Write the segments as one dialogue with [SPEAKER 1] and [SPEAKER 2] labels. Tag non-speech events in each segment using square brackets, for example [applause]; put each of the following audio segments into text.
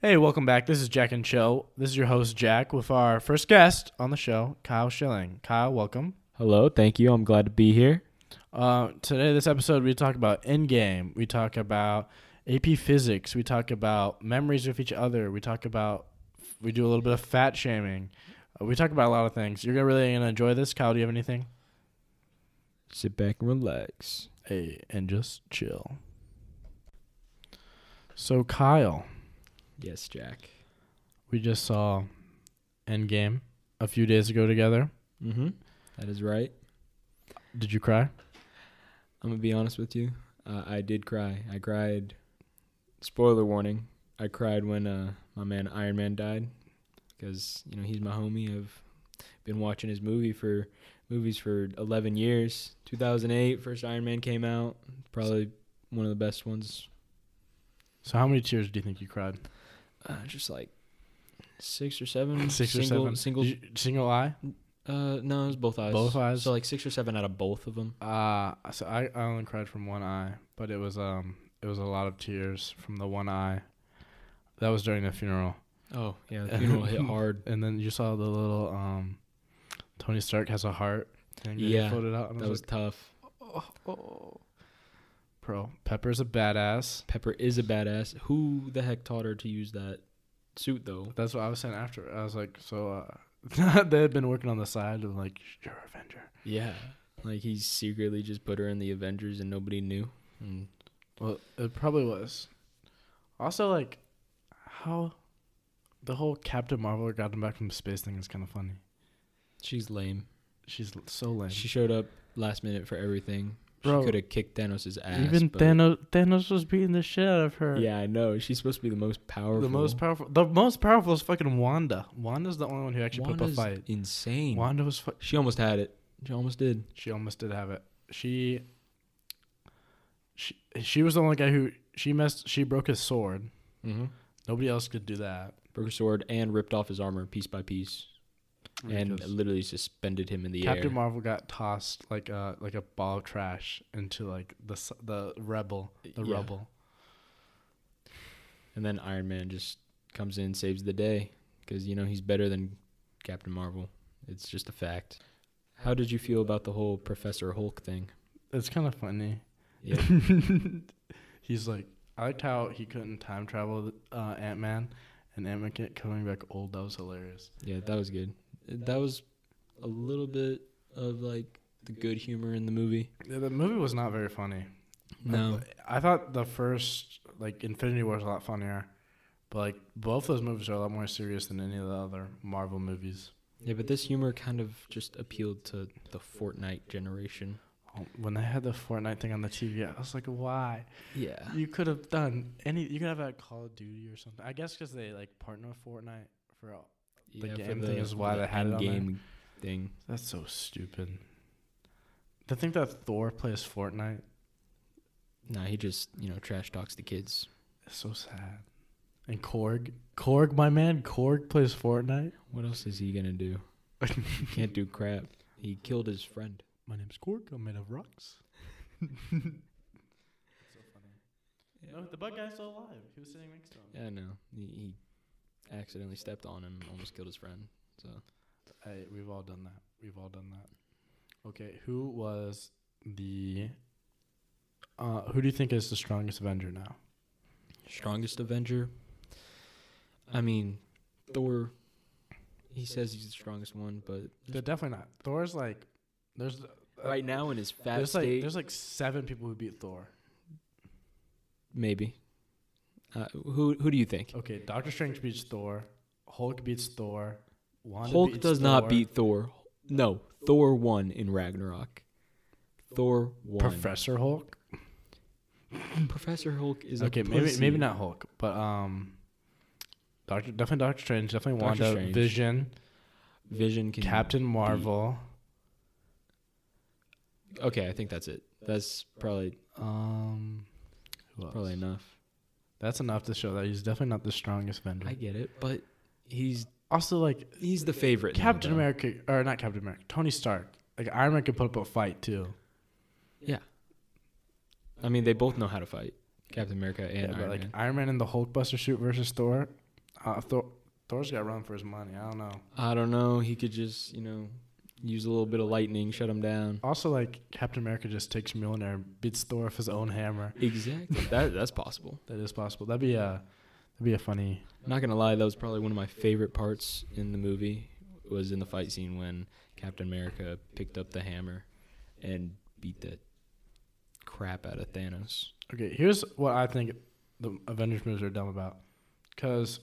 [SPEAKER 1] Hey, welcome back. This is Jack and Chill. This is your host, Jack, with our first guest on the show, Kyle Schilling. Kyle, welcome.
[SPEAKER 2] Hello, thank you. I'm glad to be here.
[SPEAKER 1] Uh, today, this episode, we talk about Endgame. We talk about AP Physics. We talk about memories with each other. We talk about, we do a little bit of fat shaming. Uh, we talk about a lot of things. You're gonna really going to enjoy this. Kyle, do you have anything?
[SPEAKER 2] Sit back and relax.
[SPEAKER 1] Hey, and just chill. So, Kyle,
[SPEAKER 2] Yes, Jack.
[SPEAKER 1] we just saw Endgame a few days ago together.
[SPEAKER 2] Mm-hmm. That is right.
[SPEAKER 1] Did you cry?
[SPEAKER 2] I'm gonna be honest with you. Uh, I did cry. I cried. Spoiler warning. I cried when uh, my man Iron Man died, because you know he's my homie. I've been watching his movie for movies for 11 years. 2008, first Iron Man came out. Probably one of the best ones.
[SPEAKER 1] So, how many tears do you think you cried?
[SPEAKER 2] Uh, just like six or seven.
[SPEAKER 1] Six or
[SPEAKER 2] single,
[SPEAKER 1] seven.
[SPEAKER 2] Single.
[SPEAKER 1] Did you- single eye.
[SPEAKER 2] Uh, no, it was both eyes.
[SPEAKER 1] Both eyes?
[SPEAKER 2] So like six or seven out of both of them.
[SPEAKER 1] Uh, so I, I only cried from one eye, but it was um it was a lot of tears from the one eye. That was during the funeral,
[SPEAKER 2] Oh yeah, [laughs] the funeral
[SPEAKER 1] [laughs]
[SPEAKER 2] hit hard.
[SPEAKER 1] and then you saw the little um, Tony Stark has a heart. And yeah,
[SPEAKER 2] Yeah,
[SPEAKER 1] floated out, and I
[SPEAKER 2] That was
[SPEAKER 1] was,
[SPEAKER 2] tough.
[SPEAKER 1] like, oh, oh. Bro, Pepper's a badass.
[SPEAKER 2] Pepper is a badass. Who the heck taught her to use that suit though?
[SPEAKER 1] That's what I was saying after. I was like, so uh, [laughs] they had been working on the side of like, you're Avenger.
[SPEAKER 2] Yeah, like he secretly just put her in the Avengers and nobody knew.
[SPEAKER 1] Mm,
[SPEAKER 2] And
[SPEAKER 1] Well, it probably was. Also, like, how the whole Captain Marvel got him back from space thing is kind of funny.
[SPEAKER 2] she's lame.
[SPEAKER 1] She's l- so lame.
[SPEAKER 2] She showed up last minute for everything.
[SPEAKER 1] Bro,
[SPEAKER 2] she could have kicked Thanos' ass.
[SPEAKER 1] Even
[SPEAKER 2] but-
[SPEAKER 1] Thanos, Thanos was beating the shit out of her.
[SPEAKER 2] [laughs] Yeah, I know. She's supposed to be the most powerful.
[SPEAKER 1] The most powerful, the most powerful is fucking Wanda. Wanda's the only one who actually put up a
[SPEAKER 2] Wanda's
[SPEAKER 1] fight.
[SPEAKER 2] Insane.
[SPEAKER 1] Wanda was, fu-
[SPEAKER 2] She almost had it. She almost did.
[SPEAKER 1] she almost did have it. She, she, she was the only guy who she messed. She broke his sword.
[SPEAKER 2] Mm-hmm.
[SPEAKER 1] Nobody else could do that.
[SPEAKER 2] broke his sword and ripped off his armor piece by piece and
[SPEAKER 1] Ridiculous.
[SPEAKER 2] literally suspended him in the
[SPEAKER 1] Captain
[SPEAKER 2] air.
[SPEAKER 1] Marvel got tossed like a like a ball of trash into like the s- the rebel the
[SPEAKER 2] Yeah.
[SPEAKER 1] rubble.
[SPEAKER 2] and then Iron Man just comes in, saves the day because you know he's better than Captain Marvel. It's just a fact. How did you feel about the whole Professor Hulk thing?
[SPEAKER 1] It's kind of funny.
[SPEAKER 2] Yeah,
[SPEAKER 1] [laughs] He's like, I liked how he couldn't time travel uh, Ant Man, and Ant Man kept coming back old. That was hilarious.
[SPEAKER 2] yeah, that was good. That was a little bit of like the good humor in the movie.
[SPEAKER 1] Yeah, the movie was not very funny.
[SPEAKER 2] No,
[SPEAKER 1] I thought the first like Infinity War was a lot funnier, but like both those movies are a lot more serious than any of the other Marvel movies.
[SPEAKER 2] yeah, but this humor kind of just appealed to the Fortnite generation.
[SPEAKER 1] Oh, When they had the Fortnite thing on the TV, I was like, why?
[SPEAKER 2] Yeah,
[SPEAKER 1] You could have done any. You could have had Call of Duty or something. I guess because they like partner with Fortnite for. All. The
[SPEAKER 2] for
[SPEAKER 1] game thing is why
[SPEAKER 2] the
[SPEAKER 1] they had it on there.
[SPEAKER 2] game thing.
[SPEAKER 1] That's so stupid. To think that Thor plays Fortnite
[SPEAKER 2] Nah, he just you know trash talks the kids.
[SPEAKER 1] is so sad. And Korg, Korg, my man, Korg plays Fortnite.
[SPEAKER 2] What else is he gonna [laughs] do? he can't do crap. He killed his friend.
[SPEAKER 1] My name's Korg. I'm made of [laughs] rocks. so funny. No, Oh, the bug guy's still alive. He was sitting next to him.
[SPEAKER 2] Yeah, I know. He, he accidentally stepped on him, almost killed his friend. So
[SPEAKER 1] Hey, we've all done that. We've all done that. Okay, who was the uh who do you think is the strongest Avenger now?
[SPEAKER 2] strongest Avenger. I mean, Thor. He says he's the strongest one, but
[SPEAKER 1] They're definitely not. Thor's like there's
[SPEAKER 2] right now in his fat
[SPEAKER 1] there's like
[SPEAKER 2] state,
[SPEAKER 1] there's like seven people who beat Thor.
[SPEAKER 2] maybe. Uh, who who do you think?
[SPEAKER 1] Okay, Doctor Strange beats Thor. Hulk beats Thor. Wanda
[SPEAKER 2] Hulk
[SPEAKER 1] beats
[SPEAKER 2] does not
[SPEAKER 1] Thor.
[SPEAKER 2] beat Thor. No, Thor won in Ragnarok. Thor won.
[SPEAKER 1] Professor Hulk.
[SPEAKER 2] Professor Hulk is a
[SPEAKER 1] Okay, maybe
[SPEAKER 2] pussy.
[SPEAKER 1] maybe not Hulk, but um Doctor definitely Doctor Strange, definitely
[SPEAKER 2] Doctor
[SPEAKER 1] Wanda,
[SPEAKER 2] Strange.
[SPEAKER 1] Vision,
[SPEAKER 2] Vision can
[SPEAKER 1] Captain Marvel.
[SPEAKER 2] Okay, I think that's it. That's probably
[SPEAKER 1] Um who else?
[SPEAKER 2] probably enough.
[SPEAKER 1] That's enough to show that he's definitely not the strongest vendor.
[SPEAKER 2] I get it, but he's
[SPEAKER 1] also, like
[SPEAKER 2] he's the favorite. now,
[SPEAKER 1] Captain
[SPEAKER 2] though.
[SPEAKER 1] America, or not Captain America, Tony Stark. Like Iron Man could put up a fight too.
[SPEAKER 2] Yeah. I mean, they both know how to fight. Captain America and
[SPEAKER 1] yeah, but
[SPEAKER 2] Iron
[SPEAKER 1] like
[SPEAKER 2] Man.
[SPEAKER 1] Iron Man and the Hulkbuster shoot versus Thor, Uh, Thor, Thor's got run for his money. I don't know.
[SPEAKER 2] I don't know. He could just, you know, use a little bit of lightning, shut him down.
[SPEAKER 1] Also, like Captain America just takes Mjolnir and beats Thor with his own hammer.
[SPEAKER 2] Exactly. [laughs] that that's possible.
[SPEAKER 1] That is possible. That'd be a that'd be a funny.
[SPEAKER 2] I'm not gonna lie, that was probably one of my favorite parts in the movie. Was in the fight scene when Captain America picked up the hammer and beat the crap out of Thanos.
[SPEAKER 1] Okay, here's what I think the Avengers movies are dumb about. Because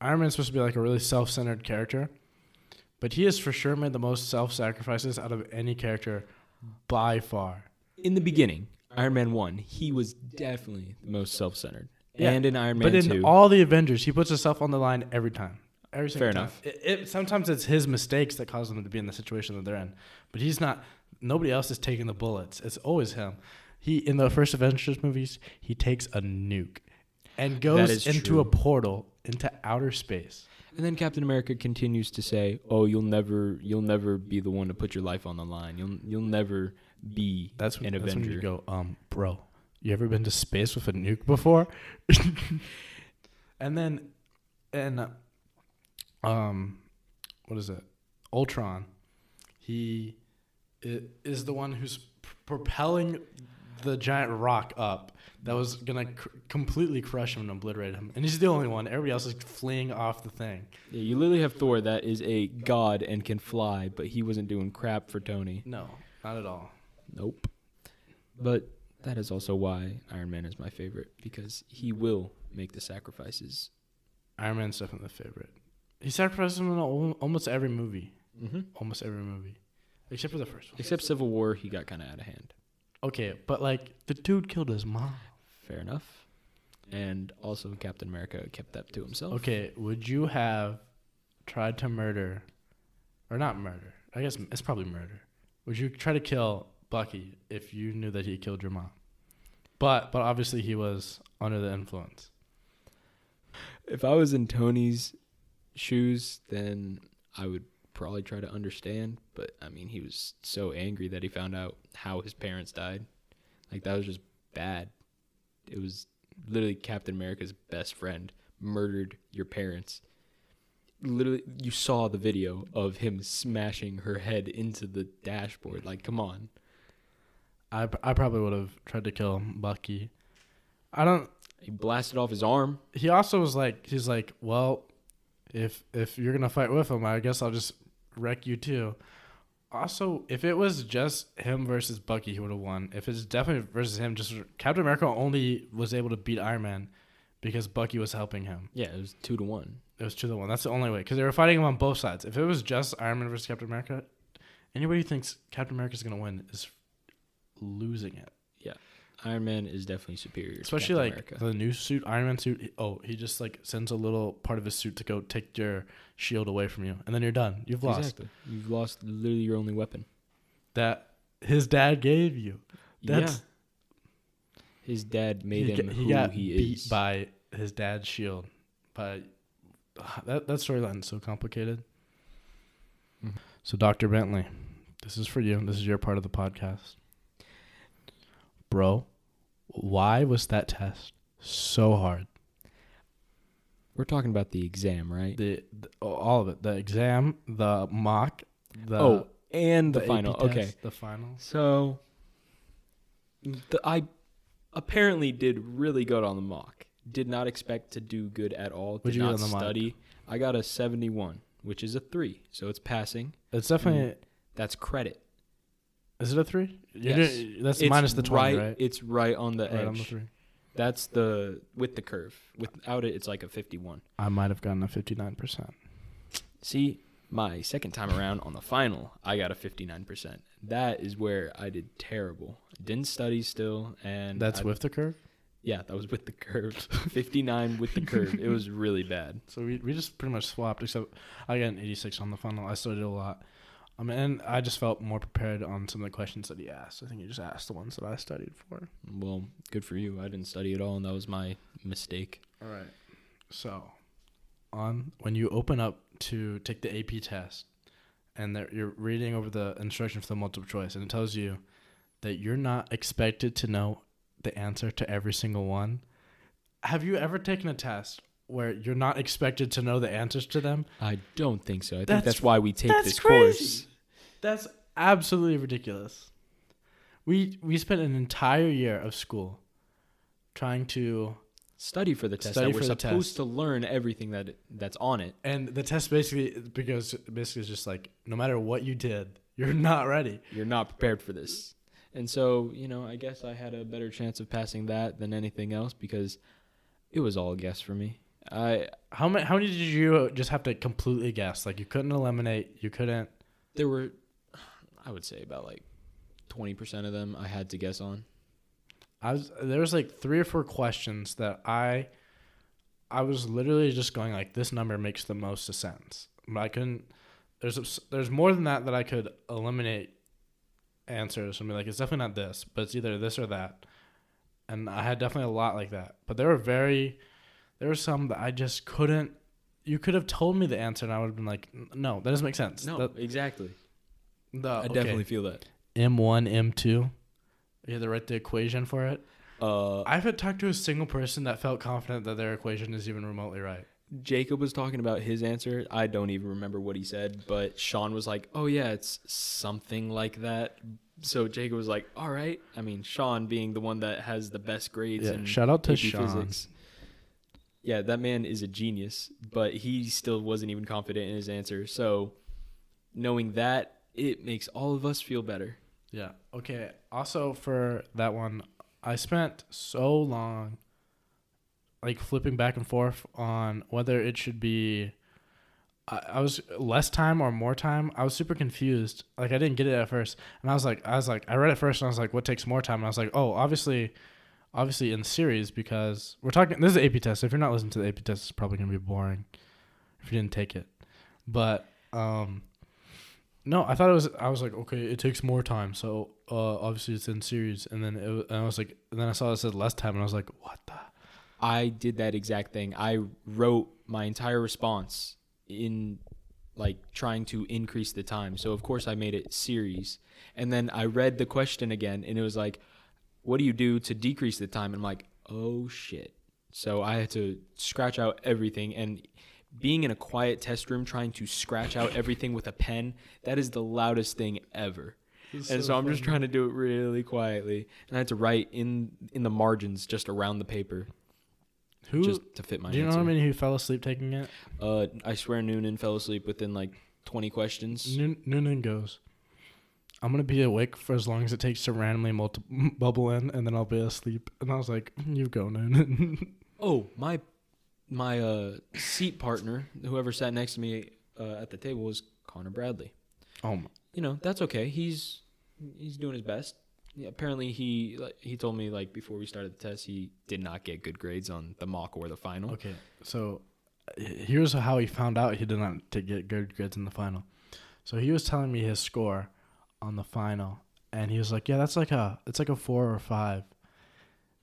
[SPEAKER 1] Iron Man's supposed to be like a really self-centered character, but he has for sure made the most self-sacrifices out of any character by far.
[SPEAKER 2] In the beginning, Iron Man one, he was definitely the most self-centered.
[SPEAKER 1] Yeah,
[SPEAKER 2] and in Iron Man
[SPEAKER 1] But in
[SPEAKER 2] two,
[SPEAKER 1] all the Avengers, he puts himself on the line every time. Every single
[SPEAKER 2] Fair
[SPEAKER 1] time.
[SPEAKER 2] enough.
[SPEAKER 1] It, it, sometimes it's his mistakes that cause them to be in the situation that they're in. But he's not. Nobody else is taking the bullets. It's always him. He in the first Avengers movies, he takes a nuke and goes
[SPEAKER 2] is
[SPEAKER 1] into
[SPEAKER 2] true.
[SPEAKER 1] a portal into outer space.
[SPEAKER 2] and then Captain America continues to say, "Oh, you'll never, you'll never be the one to put your life on the line. You'll, you'll never be
[SPEAKER 1] That's when,
[SPEAKER 2] an
[SPEAKER 1] that's when
[SPEAKER 2] Avenger."
[SPEAKER 1] you go, um, bro. You ever been to space with a nuke before? [laughs] and then, and uh, um, what is it? Ultron. He i- is the one who's p- propelling the giant rock up that was gonna cr- completely crush him and obliterate him. And he's the only one. Everybody else is fleeing off the thing.
[SPEAKER 2] Yeah, you literally have Thor that is a god and can fly, but he wasn't doing crap for Tony.
[SPEAKER 1] No, not at all.
[SPEAKER 2] Nope. But that is also why Iron Man is my favorite because he will make the sacrifices.
[SPEAKER 1] Iron Man's definitely the favorite. He sacrifices him in al- almost every movie.
[SPEAKER 2] Mm-hmm.
[SPEAKER 1] almost every movie, except for the first one.
[SPEAKER 2] Except Civil War, he got kind of out of hand.
[SPEAKER 1] Okay, but like the dude killed his mom.
[SPEAKER 2] Fair enough. And also, Captain America kept that to himself.
[SPEAKER 1] Okay, would you have tried to murder, or not murder? I guess it's probably murder. Would you try to kill Bucky if you knew that he killed your mom? But but obviously he was under the influence.
[SPEAKER 2] If I was in Tony's shoes, then I would probably try to understand. But I mean, he was so angry that he found out how his parents died. Like, that was just bad. It was literally Captain America's best friend murdered your parents. Literally, you saw the video of him smashing her head into the dashboard. Like, come on.
[SPEAKER 1] I I probably would have tried to kill Bucky. I don't.
[SPEAKER 2] He blasted off his arm.
[SPEAKER 1] He also was like he's like well, if if you're gonna fight with him, I guess I'll just wreck you too. Also, if it was just him versus Bucky, he would have won. If it's definitely versus him, just Captain America only was able to beat Iron Man because Bucky was helping him.
[SPEAKER 2] Yeah, it was two to one.
[SPEAKER 1] It was two to one. That's the only way because they were fighting him on both sides. If it was just Iron Man versus Captain America, anybody who thinks Captain America's gonna win is losing it.
[SPEAKER 2] Iron Man is definitely superior.
[SPEAKER 1] Especially
[SPEAKER 2] to
[SPEAKER 1] like
[SPEAKER 2] Captain America.
[SPEAKER 1] the new suit, Iron Man suit. he- Oh, he just like sends a little part of his suit to go take your shield away from you, and then you're done. You've lost
[SPEAKER 2] Exactly. You've lost literally your only weapon.
[SPEAKER 1] that his dad gave you. That's-
[SPEAKER 2] yeah. His dad made
[SPEAKER 1] he
[SPEAKER 2] him
[SPEAKER 1] g-
[SPEAKER 2] who
[SPEAKER 1] he got
[SPEAKER 2] he
[SPEAKER 1] beat
[SPEAKER 2] is.
[SPEAKER 1] by his dad's shield. By [sighs] that that storyline's so complicated.
[SPEAKER 2] Mhm.
[SPEAKER 1] So Doctor Bentley, this is for you. This is your part of the podcast, bro. Why was that test so hard?
[SPEAKER 2] We're talking about the exam, right?
[SPEAKER 1] The, the all of it, the exam, the mock, the
[SPEAKER 2] oh, and the,
[SPEAKER 1] AP
[SPEAKER 2] final. Okay.
[SPEAKER 1] test, the finals.
[SPEAKER 2] So the, I apparently did really good on the mock. Did not expect to do good at all.
[SPEAKER 1] What'd
[SPEAKER 2] Did
[SPEAKER 1] you get
[SPEAKER 2] not
[SPEAKER 1] on the mock?
[SPEAKER 2] study. I got a 71, which is a 3. So it's passing.
[SPEAKER 1] It's definitely.
[SPEAKER 2] That's credit.
[SPEAKER 1] Is it a three? You
[SPEAKER 2] Yes.
[SPEAKER 1] didn't- that's
[SPEAKER 2] It's
[SPEAKER 1] minus the twenty, right?
[SPEAKER 2] It's right on the edge.
[SPEAKER 1] Right on the three.
[SPEAKER 2] That's the with the curve. Without it, it's like a 51.
[SPEAKER 1] I might have gotten a fifty-nine percent.
[SPEAKER 2] See, my second time around on the final, I got a 59%. That is where I did terrible. Didn't study still, and
[SPEAKER 1] That's
[SPEAKER 2] I-
[SPEAKER 1] with the curve.
[SPEAKER 2] yeah, that was with the curve. [laughs] 59 with the curve. It was really bad.
[SPEAKER 1] So we, we just pretty much swapped. Except I got an eighty-six on the funnel. I studied a lot. Um, and I just felt more prepared on some of the questions that he asked. I think he just asked the ones that I studied for.
[SPEAKER 2] Well, good for you. I didn't study at all, and that was my mistake.
[SPEAKER 1] All right. So, on when you open up to take the AP test, and that you're reading over the instruction for the multiple choice, and it tells you that you're not expected to know the answer to every single one. Have you ever taken a test where you're not expected to know the answers to them.
[SPEAKER 2] I don't think so. I think
[SPEAKER 1] That's-
[SPEAKER 2] that's why we take
[SPEAKER 1] that's
[SPEAKER 2] this
[SPEAKER 1] crazy.
[SPEAKER 2] course.
[SPEAKER 1] That's absolutely ridiculous. We we spent an entire year of school trying to
[SPEAKER 2] Study for the test.
[SPEAKER 1] Study
[SPEAKER 2] that we're
[SPEAKER 1] for the
[SPEAKER 2] supposed
[SPEAKER 1] test.
[SPEAKER 2] to learn everything that that's on it.
[SPEAKER 1] and the test basically because basically is just like no matter what you did, you're [laughs] not ready.
[SPEAKER 2] You're not prepared for this. And so, you know, I guess I had a better chance of passing that than anything else because it was all a guess for me. I
[SPEAKER 1] How many how many did you just have to completely guess? Like you couldn't eliminate, you couldn't
[SPEAKER 2] there were I would say about like 20% of them I had to guess on.
[SPEAKER 1] I was there was like three or four questions that I I was literally just going like this number makes the most sense. But I couldn't there's a- there's more than that that I could eliminate answers and be like it's definitely not this, but it's either this or that. And I had definitely a lot like that. But there were very there were some that I just couldn't you could have told me the answer and I would have been like "N- no, that doesn't make sense.
[SPEAKER 2] No,
[SPEAKER 1] That-
[SPEAKER 2] exactly.
[SPEAKER 1] the,
[SPEAKER 2] I definitely feel that.
[SPEAKER 1] M1 M2 you had to write the equation for it.
[SPEAKER 2] Uh,
[SPEAKER 1] I haven't talked to a single person that felt confident that their equation is even remotely right.
[SPEAKER 2] Jacob was talking about his answer. I don't even remember what he said, but Sean was like, "Oh yeah, it's something like that." So Jacob was like, "All right." I mean, Sean being the one that has the best grades
[SPEAKER 1] Yeah,
[SPEAKER 2] in
[SPEAKER 1] shout out to
[SPEAKER 2] AP
[SPEAKER 1] Sean.
[SPEAKER 2] E Yeah, that man is a genius, but he still wasn't even confident in his answer. So knowing that, it makes all of us feel better.
[SPEAKER 1] Yeah. Okay. Also for that one, I spent so long like flipping back and forth on whether it should be I, I was less time or more time. I was super confused. Like I didn't get it at first. And I was like I was like I read it first and I was like, what takes more time? And I was like, oh obviously obviously in series because we're talking this is AP test. If you're not listening to the AP test, it's probably gonna be boring if you didn't take it. But um no, I thought it was. I was like, okay, it takes more time, so uh, obviously it's in series. And then it, wa- and I was like, and then I saw it said less time, and I was like, what the?
[SPEAKER 2] I did that exact thing. I wrote my entire response in like trying to increase the time. So of course I made it series. And then I read the question again and it was like what do you do to decrease the time? And I'm like, "Oh shit." So I had to scratch out everything and being in a quiet test room trying to scratch out everything with a pen, that is the loudest thing ever and so, I'm just trying to do it really quietly, and I had to write in in the margins just around the paper,
[SPEAKER 1] Who?
[SPEAKER 2] just to fit my
[SPEAKER 1] do you know
[SPEAKER 2] answer.
[SPEAKER 1] how many who fell asleep taking it?
[SPEAKER 2] Uh, I swear Noonan fell asleep within like 20 questions.
[SPEAKER 1] Noon- Noonan goes. I'm gonna be awake for as long as it takes to randomly multi- [laughs] bubble in, and then I'll be asleep. And I was like, you go, Noonan. [laughs]
[SPEAKER 2] Oh, my my uh seat partner, whoever sat next to me uh, at the table was Connor Bradley.
[SPEAKER 1] oh my.
[SPEAKER 2] You know, that's okay. He's he's doing his best. Yeah, apparently he like, he told me like before we started the test he did not get good grades on the mock or the final.
[SPEAKER 1] Okay, so uh, here's how he found out he did not to get good grades in the final. So he was telling me his score on the final, and he was like, "Yeah, that's like a it's like a four or five.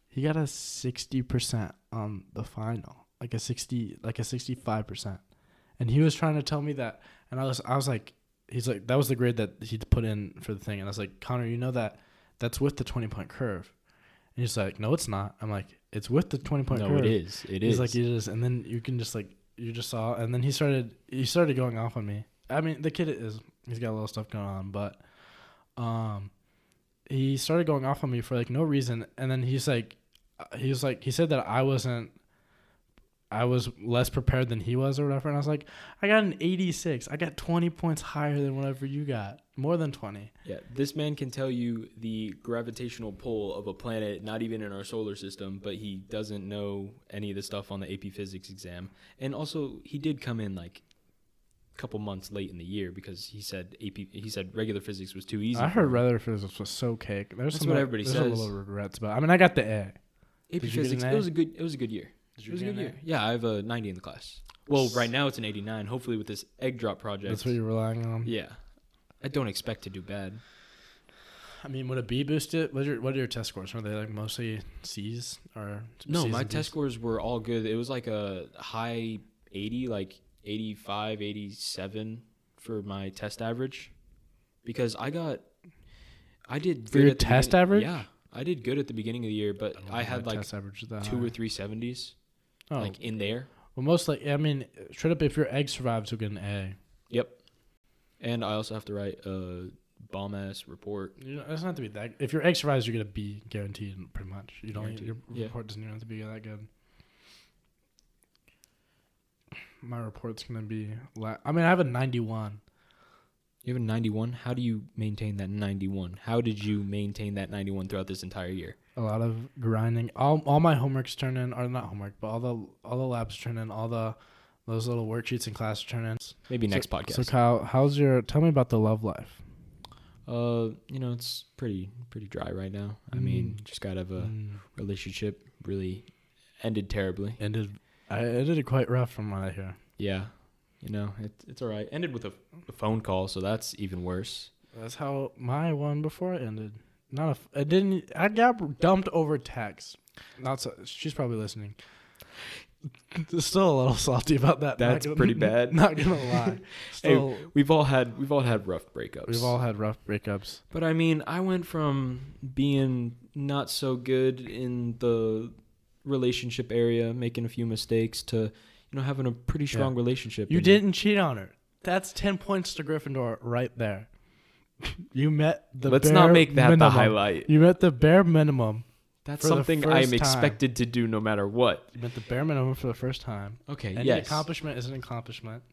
[SPEAKER 1] He got a sixty percent on the final, like a sixty, like a sixty-five percent, and he was trying to tell me that, and I was I was like, he's like, that was the grade that he put in for the thing, and I was like, Connor, you know that that's with the twenty-point curve, and he's like, no, it's not. I'm like, it's with the twenty-point
[SPEAKER 2] No,
[SPEAKER 1] curve
[SPEAKER 2] it is. It
[SPEAKER 1] he's
[SPEAKER 2] is.
[SPEAKER 1] like it is and then you can just like you just saw and then he started he started going off on me i mean the kid is he's got a little stuff going on but um he started going off on me for like no reason and then he's like uh, he was like he said that i wasn't i was less prepared than he was or whatever and i was like i got an 86 i got 20 points higher than whatever you got more than 20
[SPEAKER 2] Yeah, this man can tell you the gravitational pull of a planet, not even in our solar system, but he doesn't know any of the stuff on the AP physics exam. And also, he did come in like a couple months late in the year because he said AP, he said regular physics was too easy.
[SPEAKER 1] i
[SPEAKER 2] for
[SPEAKER 1] heard
[SPEAKER 2] him.
[SPEAKER 1] rather physics was so cake there's
[SPEAKER 2] That's
[SPEAKER 1] some
[SPEAKER 2] what
[SPEAKER 1] that-
[SPEAKER 2] everybody
[SPEAKER 1] there's a
[SPEAKER 2] says.
[SPEAKER 1] little regrets but i mean i got the a
[SPEAKER 2] AP
[SPEAKER 1] Did you get
[SPEAKER 2] physics.
[SPEAKER 1] an
[SPEAKER 2] It
[SPEAKER 1] A?
[SPEAKER 2] was a good. It was a good year.
[SPEAKER 1] Did
[SPEAKER 2] It was a good year. Yeah, I have a 90 in the class. Well, right now it's an 89. Hopefully, with this egg drop project.
[SPEAKER 1] that's what you're relying on
[SPEAKER 2] yeah, I don't expect to do bad.
[SPEAKER 1] I mean, would a B boost it? What are your, what are your test scores? Were they like mostly C's or
[SPEAKER 2] No,
[SPEAKER 1] C's
[SPEAKER 2] my
[SPEAKER 1] and B's?
[SPEAKER 2] test scores were all good. It was like a high 80, like 85, 87 for my test average because I got I did
[SPEAKER 1] For your
[SPEAKER 2] at the
[SPEAKER 1] test
[SPEAKER 2] beginning-
[SPEAKER 1] average?
[SPEAKER 2] Yeah. I did good at the beginning of the year, but
[SPEAKER 1] don't
[SPEAKER 2] I
[SPEAKER 1] think
[SPEAKER 2] had
[SPEAKER 1] my
[SPEAKER 2] like
[SPEAKER 1] test average is that
[SPEAKER 2] two
[SPEAKER 1] high.
[SPEAKER 2] or three seventies
[SPEAKER 1] Oh,
[SPEAKER 2] like in there.
[SPEAKER 1] Well, most like I mean, straight up, if your egg survives, you'll get an A.
[SPEAKER 2] And I also have to write a bomb ass report.
[SPEAKER 1] You know, it doesn't have to be that. If your egg survives, you get a B, guaranteed, pretty much. You don't.
[SPEAKER 2] Guaranteed.
[SPEAKER 1] Your
[SPEAKER 2] Yeah.
[SPEAKER 1] report doesn't even have to be that good. My report's gonna be. La- I mean, I have a ninety-one.
[SPEAKER 2] You have a 91. How do you maintain that 91? How did you maintain that 91 throughout this entire year?
[SPEAKER 1] a lot of grinding. All all my homeworks turn in, or not homework, but all the all the labs turn in, all the those little worksheets in class turn in.
[SPEAKER 2] Maybe
[SPEAKER 1] So-
[SPEAKER 2] next podcast.
[SPEAKER 1] So Kyle, how's your? Tell me about the love life.
[SPEAKER 2] Uh, you know, it's pretty pretty dry right now. I mean, just got out of a
[SPEAKER 1] Mm.
[SPEAKER 2] relationship really ended terribly.
[SPEAKER 1] Ended. I ended it quite rough from what I hear.
[SPEAKER 2] Yeah. You know, it, it's all right. Ended with a, a phone call, so that's even worse.
[SPEAKER 1] That's how my one before ended. Not a. f- I didn't. I got dumped over text. Not so. She's probably listening. [laughs] Still a little salty about that. Not
[SPEAKER 2] That's
[SPEAKER 1] [laughs]
[SPEAKER 2] pretty bad.
[SPEAKER 1] Not gonna [laughs] lie. Still,
[SPEAKER 2] We've all had we've all had rough breakups.
[SPEAKER 1] we've all had rough breakups.
[SPEAKER 2] But I mean, I went from being not so good in the relationship area, making a few mistakes, to you know having a pretty strong relationship.
[SPEAKER 1] You
[SPEAKER 2] and-
[SPEAKER 1] didn't cheat on her. That's ten points to Gryffindor right there. [laughs] You met the.
[SPEAKER 2] Let's
[SPEAKER 1] bare
[SPEAKER 2] not make that the
[SPEAKER 1] minimum.
[SPEAKER 2] highlight.
[SPEAKER 1] You met the bare minimum.
[SPEAKER 2] That's
[SPEAKER 1] for the
[SPEAKER 2] something
[SPEAKER 1] first
[SPEAKER 2] I'm
[SPEAKER 1] time.
[SPEAKER 2] expected to do no matter what.
[SPEAKER 1] You met the bare minimum for the first time.
[SPEAKER 2] Okay.
[SPEAKER 1] Any
[SPEAKER 2] yes.
[SPEAKER 1] accomplishment is an accomplishment.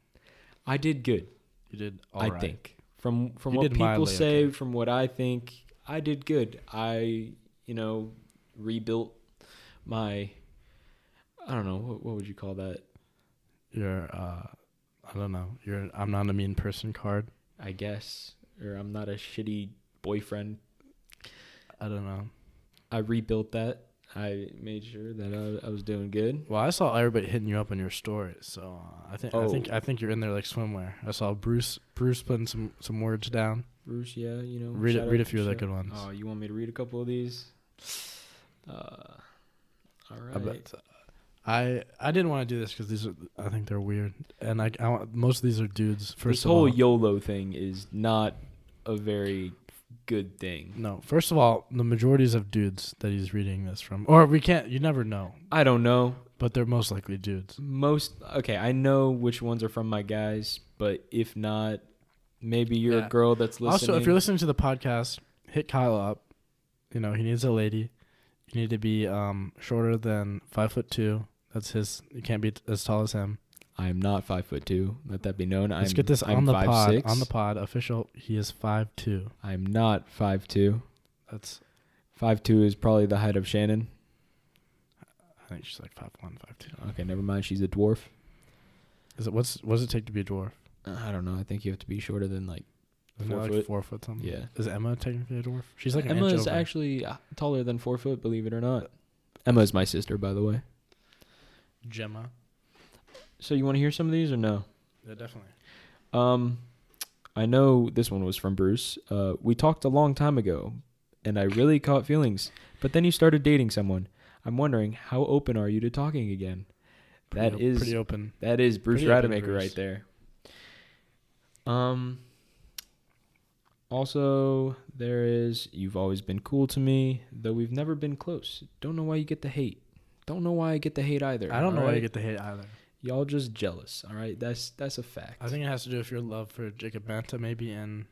[SPEAKER 2] I did good.
[SPEAKER 1] You did all
[SPEAKER 2] I
[SPEAKER 1] right.
[SPEAKER 2] think from from
[SPEAKER 1] You
[SPEAKER 2] what
[SPEAKER 1] did mildly
[SPEAKER 2] people say,
[SPEAKER 1] okay.
[SPEAKER 2] from what I think, I did good. I you know rebuilt my. I don't know what, what would you call that.
[SPEAKER 1] You're. Uh, I don't know. You're. I'm not a mean person card.
[SPEAKER 2] I guess, or I'm not a shitty boyfriend.
[SPEAKER 1] I don't know.
[SPEAKER 2] I rebuilt that. I made sure that I, I was doing good.
[SPEAKER 1] Well, I saw everybody hitting you up in your story, so uh, I think I
[SPEAKER 2] Oh.
[SPEAKER 1] think I think you're in there like swimwear. I saw Bruce Bruce putting some some words down.
[SPEAKER 2] Bruce, yeah, you know.
[SPEAKER 1] Read it,
[SPEAKER 2] Oh, shout
[SPEAKER 1] read a
[SPEAKER 2] out-
[SPEAKER 1] few of the
[SPEAKER 2] shout-
[SPEAKER 1] good ones.
[SPEAKER 2] Oh, you want me to read a couple of these? Uh, all right.
[SPEAKER 1] I bet. uh, I I didn't want to do this because these are I think they're weird, and I, I want, most of these are dudes. First
[SPEAKER 2] this
[SPEAKER 1] of
[SPEAKER 2] whole
[SPEAKER 1] all,
[SPEAKER 2] YOLO thing is not a very good thing.
[SPEAKER 1] no. First of all, the majority is of dudes that he's reading this from, or we can't. You never know,
[SPEAKER 2] I don't know.
[SPEAKER 1] but they're most likely dudes.
[SPEAKER 2] Most okay, I know which ones are from my guys, but if not, maybe you're
[SPEAKER 1] Yeah.
[SPEAKER 2] a girl that's listening.
[SPEAKER 1] Also, if you're listening to the podcast, hit Kyle up. You know he needs a lady. You need to be um shorter than five foot two. That's his. You can't be t- as tall as him.
[SPEAKER 2] I'm not five foot two. Let that be known.
[SPEAKER 1] Let's
[SPEAKER 2] I'm,
[SPEAKER 1] get this
[SPEAKER 2] I'm
[SPEAKER 1] on the
[SPEAKER 2] five,
[SPEAKER 1] pod.
[SPEAKER 2] Six.
[SPEAKER 1] On the pod, official. He is five two.
[SPEAKER 2] I'm not five two.
[SPEAKER 1] That's
[SPEAKER 2] Five two is probably the height of Shannon.
[SPEAKER 1] I think she's like five one, five two.
[SPEAKER 2] Okay, never mind. She's a dwarf.
[SPEAKER 1] Is it what's what does it take to be a dwarf?
[SPEAKER 2] Uh, I don't know. I think you have to be shorter than like
[SPEAKER 1] Isn't
[SPEAKER 2] Four
[SPEAKER 1] that like
[SPEAKER 2] foot.
[SPEAKER 1] four foot something.
[SPEAKER 2] yeah.
[SPEAKER 1] Is Emma technically a dwarf? She's like an
[SPEAKER 2] Emma
[SPEAKER 1] inch
[SPEAKER 2] is
[SPEAKER 1] over.
[SPEAKER 2] actually uh, taller than four foot. Believe it or not, Emma is my sister, by the way.
[SPEAKER 1] Gemma.
[SPEAKER 2] So you want to hear some of these or no?
[SPEAKER 1] Yeah, definitely.
[SPEAKER 2] Um, I know this one was from Bruce. Uh, we talked a long time ago, and I really caught feelings. But then you started dating someone. I'm wondering how open are you to talking again? That
[SPEAKER 1] That is
[SPEAKER 2] is-
[SPEAKER 1] pretty open.
[SPEAKER 2] That is Bruce
[SPEAKER 1] Pretty open,
[SPEAKER 2] Rademacher
[SPEAKER 1] Bruce.
[SPEAKER 2] right there. Um. Also, there is you've always been cool to me, though we've never been close. Don't know why you get the hate. Don't know why I get the hate either.
[SPEAKER 1] I don't know why you
[SPEAKER 2] alright?
[SPEAKER 1] get the hate either.
[SPEAKER 2] y'all just jealous. All right, that's that's a fact.
[SPEAKER 1] I think it has to do with your love for Jacob Banta, maybe, and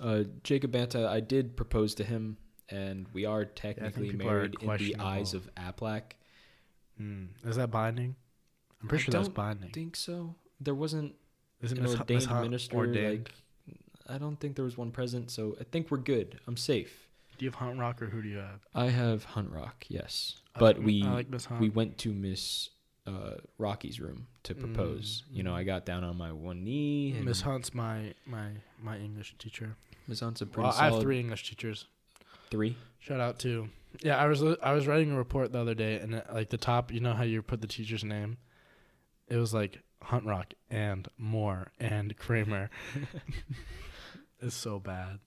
[SPEAKER 2] uh, Jacob Banta, I did propose to him, and we are technically
[SPEAKER 1] people are
[SPEAKER 2] married in the
[SPEAKER 1] questionable.
[SPEAKER 2] eyes of Aplak.
[SPEAKER 1] Hmm. is that binding? I'm
[SPEAKER 2] I
[SPEAKER 1] pretty sure that's
[SPEAKER 2] don't
[SPEAKER 1] binding.
[SPEAKER 2] Think so? There wasn't
[SPEAKER 1] Isn't
[SPEAKER 2] an
[SPEAKER 1] Miss Hu- Miss
[SPEAKER 2] ordained
[SPEAKER 1] Hunt
[SPEAKER 2] minister.
[SPEAKER 1] ordained?
[SPEAKER 2] Like, I don't think there was one present, so I think we're good. I'm safe.
[SPEAKER 1] do you have Hunt Rock or who do you have?
[SPEAKER 2] I have Hunt Rock, yes,
[SPEAKER 1] I
[SPEAKER 2] but
[SPEAKER 1] like-
[SPEAKER 2] we
[SPEAKER 1] I like Miss Hunt.
[SPEAKER 2] we went to Miss uh, Rocky's room to propose.
[SPEAKER 1] Um, Mm,
[SPEAKER 2] You know,
[SPEAKER 1] mm.
[SPEAKER 2] I got down on my one knee. and
[SPEAKER 1] Miss Hunt's my my my English teacher.
[SPEAKER 2] Miss Hunt's a pretty
[SPEAKER 1] Well, I
[SPEAKER 2] solid
[SPEAKER 1] have three English teachers.
[SPEAKER 2] three.
[SPEAKER 1] Shout out to yeah. I was li- I was writing a report the other day, and at, like the top, you know how you put the teacher's name, it was like Hunt Rock and Moore and Kramer.
[SPEAKER 2] [laughs]
[SPEAKER 1] [laughs] it's so bad.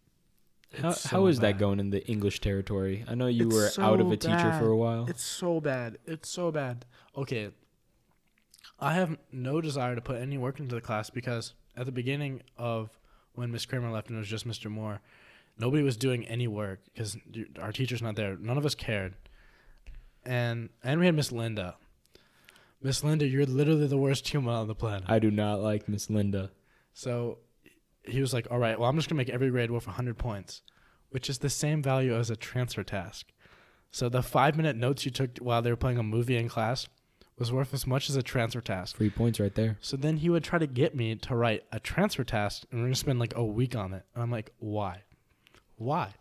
[SPEAKER 2] How,
[SPEAKER 1] It's
[SPEAKER 2] how
[SPEAKER 1] so
[SPEAKER 2] is that
[SPEAKER 1] bad.
[SPEAKER 2] going in the English territory? I know you
[SPEAKER 1] It's
[SPEAKER 2] were out of
[SPEAKER 1] so
[SPEAKER 2] a teacher for a while.
[SPEAKER 1] It's so bad. It's so bad. Okay. I have no desire to put any work into the class because at the beginning of when Miss Kramer left and it was just Mr. Moore, nobody was doing any work because our teacher's not there. None of us cared. And and we had Miss Linda. Miss Linda, you're literally the worst human on the planet.
[SPEAKER 2] I do not like Miss Linda.
[SPEAKER 1] So he was like, all right, well, I'm just going to make every grade worth 100 points, which is the same value as a transfer task. So the five minute notes you took while they were playing a movie in class was worth as much as a transfer task.
[SPEAKER 2] Three points right there.
[SPEAKER 1] So then he would try to get me to write a transfer task, and we're going to spend like a week on it. And I'm like, why? Why?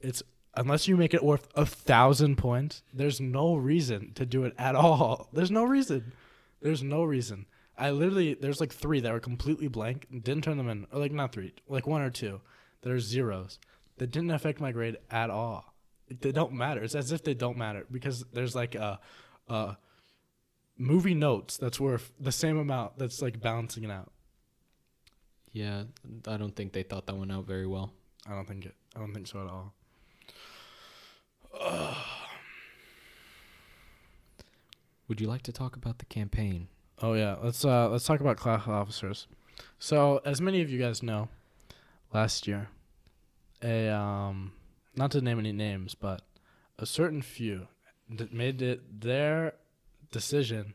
[SPEAKER 1] It's unless you make it worth a thousand points, there's no reason to do it at all. [laughs] There's no reason. There's no reason. I literally there's like three that were completely blank, didn't turn them in, or like not three, like one or two that are zeros that didn't affect my grade at all. They don't matter. It's as if they don't matter because there's like a, a movie notes that's worth the same amount that's like balancing it out.
[SPEAKER 2] Yeah, I don't think they thought that one out very well.
[SPEAKER 1] I don't think it. I don't think so at all.
[SPEAKER 2] Would you like to talk about the campaign?
[SPEAKER 1] Oh yeah, let's uh let's talk about class officers. So as many of you guys know, last year, a um not to name any names, but a certain few d- made it their decision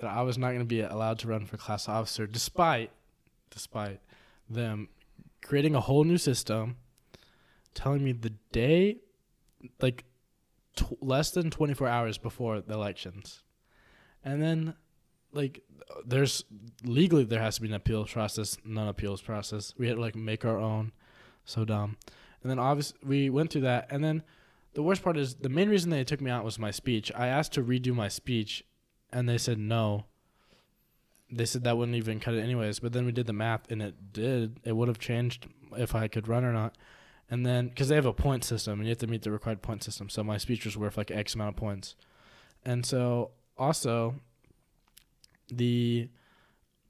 [SPEAKER 1] that I was not going to be allowed to run for class officer, despite despite them creating a whole new system, telling me the day, like tw- less than twenty four hours before the elections, and then like there's legally there has to be an appeals process, non appeals process. We had to like make our own. So dumb. And then obviously we went through that and then the worst part is the main reason they took me out was my speech. I asked to redo my speech and they said no. They said that wouldn't even cut it anyways, but then we did the math and it did. It would have changed if I could run or not. And then cuz they have a point system and you have to meet the required point system. So my speech was worth like X amount of points. And so also the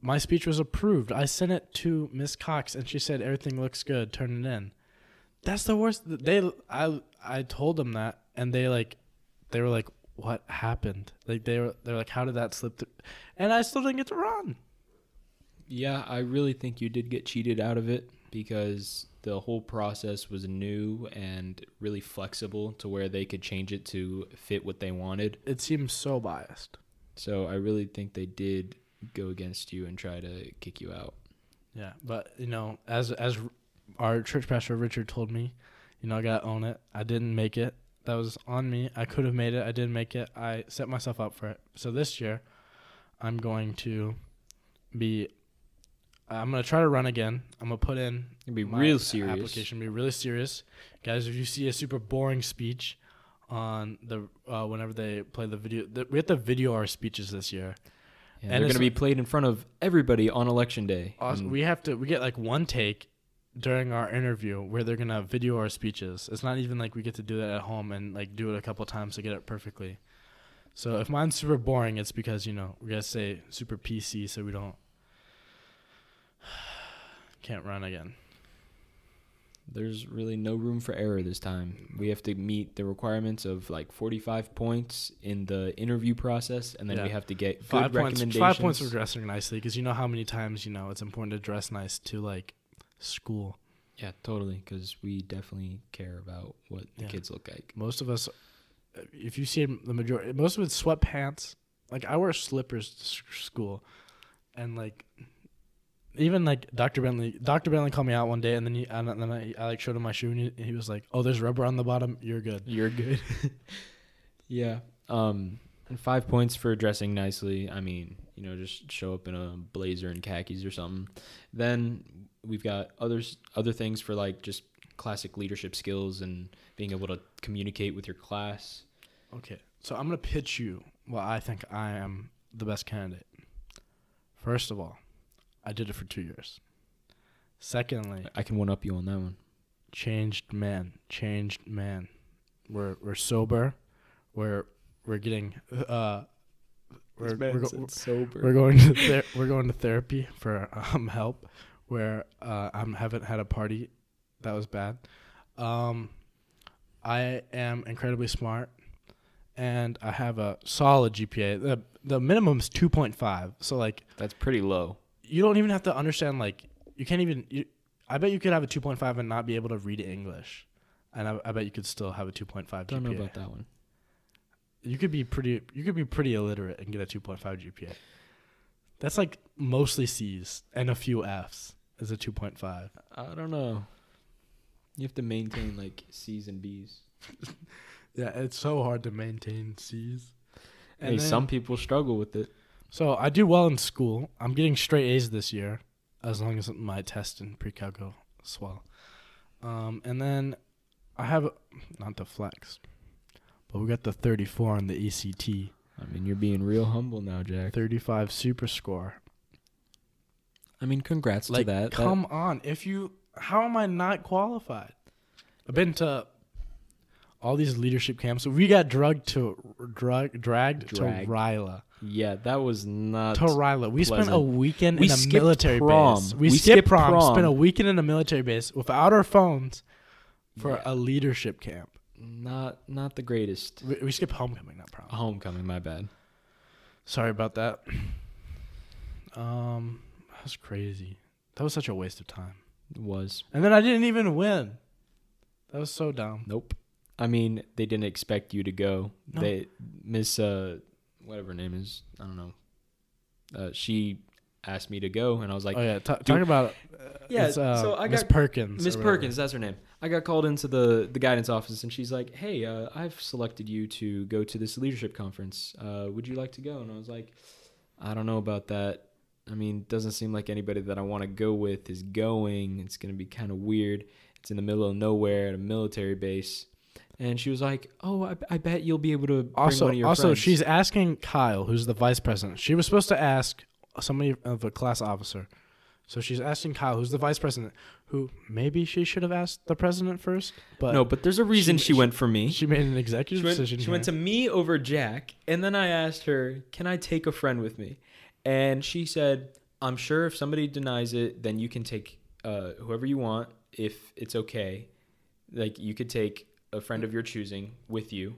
[SPEAKER 1] my speech was approved. I sent it to Miss Cox, and she said everything looks good. Turn it in. That's the worst. They I I told them that, and they like they were like, "What happened?" Like they were they're like, "How did that slip through?" And I still didn't get to run.
[SPEAKER 2] Yeah, I really think you did get cheated out of it because the whole process was new and really flexible to where they could change it to fit what they wanted.
[SPEAKER 1] It seems so biased.
[SPEAKER 2] So I really think they did go against you and try to kick you out.
[SPEAKER 1] Yeah, but you know, as as our church pastor Richard told me, you know, I gotta own it. I didn't make it. That was on me. I could have made it. I didn't make it. I set myself up for it. So this year, I'm going to be. I'm gonna try to run again. I'm gonna put in
[SPEAKER 2] It'd be
[SPEAKER 1] my
[SPEAKER 2] real serious.
[SPEAKER 1] Application be really serious, guys. If you see a super boring speech on the uh, whenever they play the video, the, we have to video our speeches this year.
[SPEAKER 2] Yeah,
[SPEAKER 1] And
[SPEAKER 2] they're
[SPEAKER 1] it's-
[SPEAKER 2] going to be played in front of everybody on election day.
[SPEAKER 1] Awesome.
[SPEAKER 2] And
[SPEAKER 1] We have to. We get like one take during our interview where they're gonna video our speeches. It's not even like we get to do that at home and like do it a couple times to get it perfectly. So if mine's super boring, it's because you know we gotta say super PC so we don't [sighs] can't run again.
[SPEAKER 2] there's really no room for error this time. We have to meet the requirements of like 45 points in the interview process, and then
[SPEAKER 1] Yeah.
[SPEAKER 2] we have to get good
[SPEAKER 1] Five points.
[SPEAKER 2] recommendations.
[SPEAKER 1] Five points for dressing nicely because you know how many times you know it's important to dress nice to like school.
[SPEAKER 2] Yeah, totally, because we definitely care about what the
[SPEAKER 1] Yeah.
[SPEAKER 2] kids look like.
[SPEAKER 1] Most of us, uh, if you see the majority, most of it's sweatpants. Like I wear slippers to s- school, and like even like Dr. Bentley, Dr. Bentley called me out one day, and then he, and then I, I like showed him my shoe, and he, he was like, "Oh, there's rubber on the bottom. You're good."
[SPEAKER 2] You're good. [laughs] yeah. Um, and five points for dressing nicely. I mean, you know, just show up in a blazer and khakis or something. Then we've got others other things for like just classic leadership skills and being able to communicate with your class.
[SPEAKER 1] Okay, so I'm gonna pitch you why I think I am the best candidate. First of all, I did it for two years. Secondly,
[SPEAKER 2] I can one up you on that one.
[SPEAKER 1] changed man, changed man. We're we're sober. We're we're getting uh we're we're, go-
[SPEAKER 2] sober.
[SPEAKER 1] we're going to ther- [laughs] we're going to therapy for um help where uh I haven't had a party that was bad. Um I am incredibly smart and I have a solid GPA. The the minimum's 2.5. So like
[SPEAKER 2] That's pretty low.
[SPEAKER 1] you don't even have to understand like you can't even you, i bet you could have a 2.5 and not be able to read english and i, I bet you could still have a 2.5
[SPEAKER 2] Don't know
[SPEAKER 1] GPA.
[SPEAKER 2] about that one.
[SPEAKER 1] you could be pretty you could be pretty illiterate and get a 2.5 GPA. That's like mostly C's and a few F's is a 2.5.
[SPEAKER 2] I don't know. You have to maintain like C's and B's.
[SPEAKER 1] Yeah, it's so hard to maintain C's.
[SPEAKER 2] hey,
[SPEAKER 1] then-
[SPEAKER 2] some people struggle with it.
[SPEAKER 1] So I do well in school. I'm getting straight A's this year, as long as my test and pre-cal go swell. Um, and then I have not the flex, but we got the 34 on the E ECT,
[SPEAKER 2] I mean, you're being real humble now, Jack.
[SPEAKER 1] 35 super score.
[SPEAKER 2] I mean, congrats
[SPEAKER 1] Like,
[SPEAKER 2] to that. That-
[SPEAKER 1] come on! If you, how am I not qualified? I've been to all these leadership camps. We got drugged to drug dragged,
[SPEAKER 2] Dragged.
[SPEAKER 1] to Ryla.
[SPEAKER 2] yeah, that was not.
[SPEAKER 1] to Ryla. We spent a
[SPEAKER 2] pleasant.
[SPEAKER 1] weekend
[SPEAKER 2] We
[SPEAKER 1] in a
[SPEAKER 2] skipped
[SPEAKER 1] military
[SPEAKER 2] prom.
[SPEAKER 1] base. We,
[SPEAKER 2] We
[SPEAKER 1] skipped,
[SPEAKER 2] skipped
[SPEAKER 1] prom,
[SPEAKER 2] prom.
[SPEAKER 1] Spent a weekend in a military base without our phones for
[SPEAKER 2] Yeah.
[SPEAKER 1] a leadership camp.
[SPEAKER 2] not not the greatest.
[SPEAKER 1] We, we skipped homecoming, not prom.
[SPEAKER 2] Homecoming, my bad.
[SPEAKER 1] Sorry about that. [clears throat] Um, that was crazy. That was such a waste of time.
[SPEAKER 2] Was
[SPEAKER 1] And then I didn't even win. That was so dumb.
[SPEAKER 2] nope. I mean, they didn't expect you to go.
[SPEAKER 1] No.
[SPEAKER 2] They Miss uh whatever her name is, I don't know. Uh, she asked me to go, and I was like,
[SPEAKER 1] oh yeah, ta- talk about
[SPEAKER 2] Yeah,
[SPEAKER 1] it's, uh,
[SPEAKER 2] so I
[SPEAKER 1] Miss
[SPEAKER 2] got-
[SPEAKER 1] Perkins. or
[SPEAKER 2] Miss
[SPEAKER 1] whatever.
[SPEAKER 2] Perkins, that's her name. I got called into the the guidance office, and she's like, "Hey, uh, I've selected you to go to this leadership conference. Uh, would you like to go?" And I was like, "I don't know about that. I mean, doesn't seem like anybody that I want to go with is going. It's gonna be kind of weird. It's in the middle of nowhere at a military base." And she was like, "Oh, I, I bet you'll be able to bring one of
[SPEAKER 1] Also,
[SPEAKER 2] your
[SPEAKER 1] also,
[SPEAKER 2] friends."
[SPEAKER 1] she's asking Kyle, who's the vice president. She was supposed to ask somebody of a class officer, so she's asking Kyle, who's the vice president, who maybe she should have asked the president first, but
[SPEAKER 2] no, but there's a reason
[SPEAKER 1] she-
[SPEAKER 2] she, went for me.
[SPEAKER 1] she made an executive
[SPEAKER 2] She went,
[SPEAKER 1] decision.
[SPEAKER 2] she went to
[SPEAKER 1] here.
[SPEAKER 2] me over Jack, and then I asked her, "Can I take a friend with me?" And she said, "I'm sure if somebody denies it, then you can take uh, whoever you want if it's okay. Like you could take a friend of your choosing with you."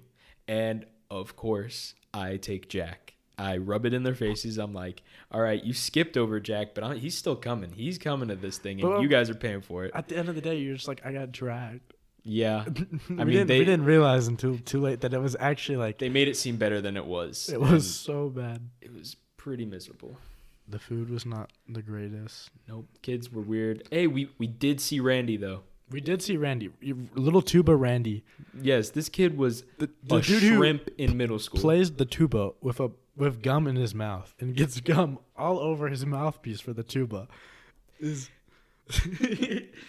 [SPEAKER 2] And of course, I take Jack. I rub it in their faces. I'm like, "All right, you skipped over Jack, but i he's still coming. He's coming to this thing, and
[SPEAKER 1] Well,
[SPEAKER 2] you guys are paying for it."
[SPEAKER 1] At the end of the day, you're just like, I got dragged. [laughs]
[SPEAKER 2] yeah,
[SPEAKER 1] we,
[SPEAKER 2] mean,
[SPEAKER 1] didn't,
[SPEAKER 2] they-
[SPEAKER 1] we didn't realize until too late that it was actually like
[SPEAKER 2] they made it seem better than it was.
[SPEAKER 1] it was so bad.
[SPEAKER 2] and It was pretty miserable.
[SPEAKER 1] The food was not the greatest.
[SPEAKER 2] Nope. Kids were weird. Hey, we, we did see Randy though.
[SPEAKER 1] We did see Randy, you- little tuba Randy,
[SPEAKER 2] Yes, this kid was
[SPEAKER 1] the,
[SPEAKER 2] a
[SPEAKER 1] the dude who
[SPEAKER 2] shrimp in middle school.
[SPEAKER 1] plays the tuba with a with gum in his mouth and gets gum all over his mouthpiece for the tuba. Is [laughs]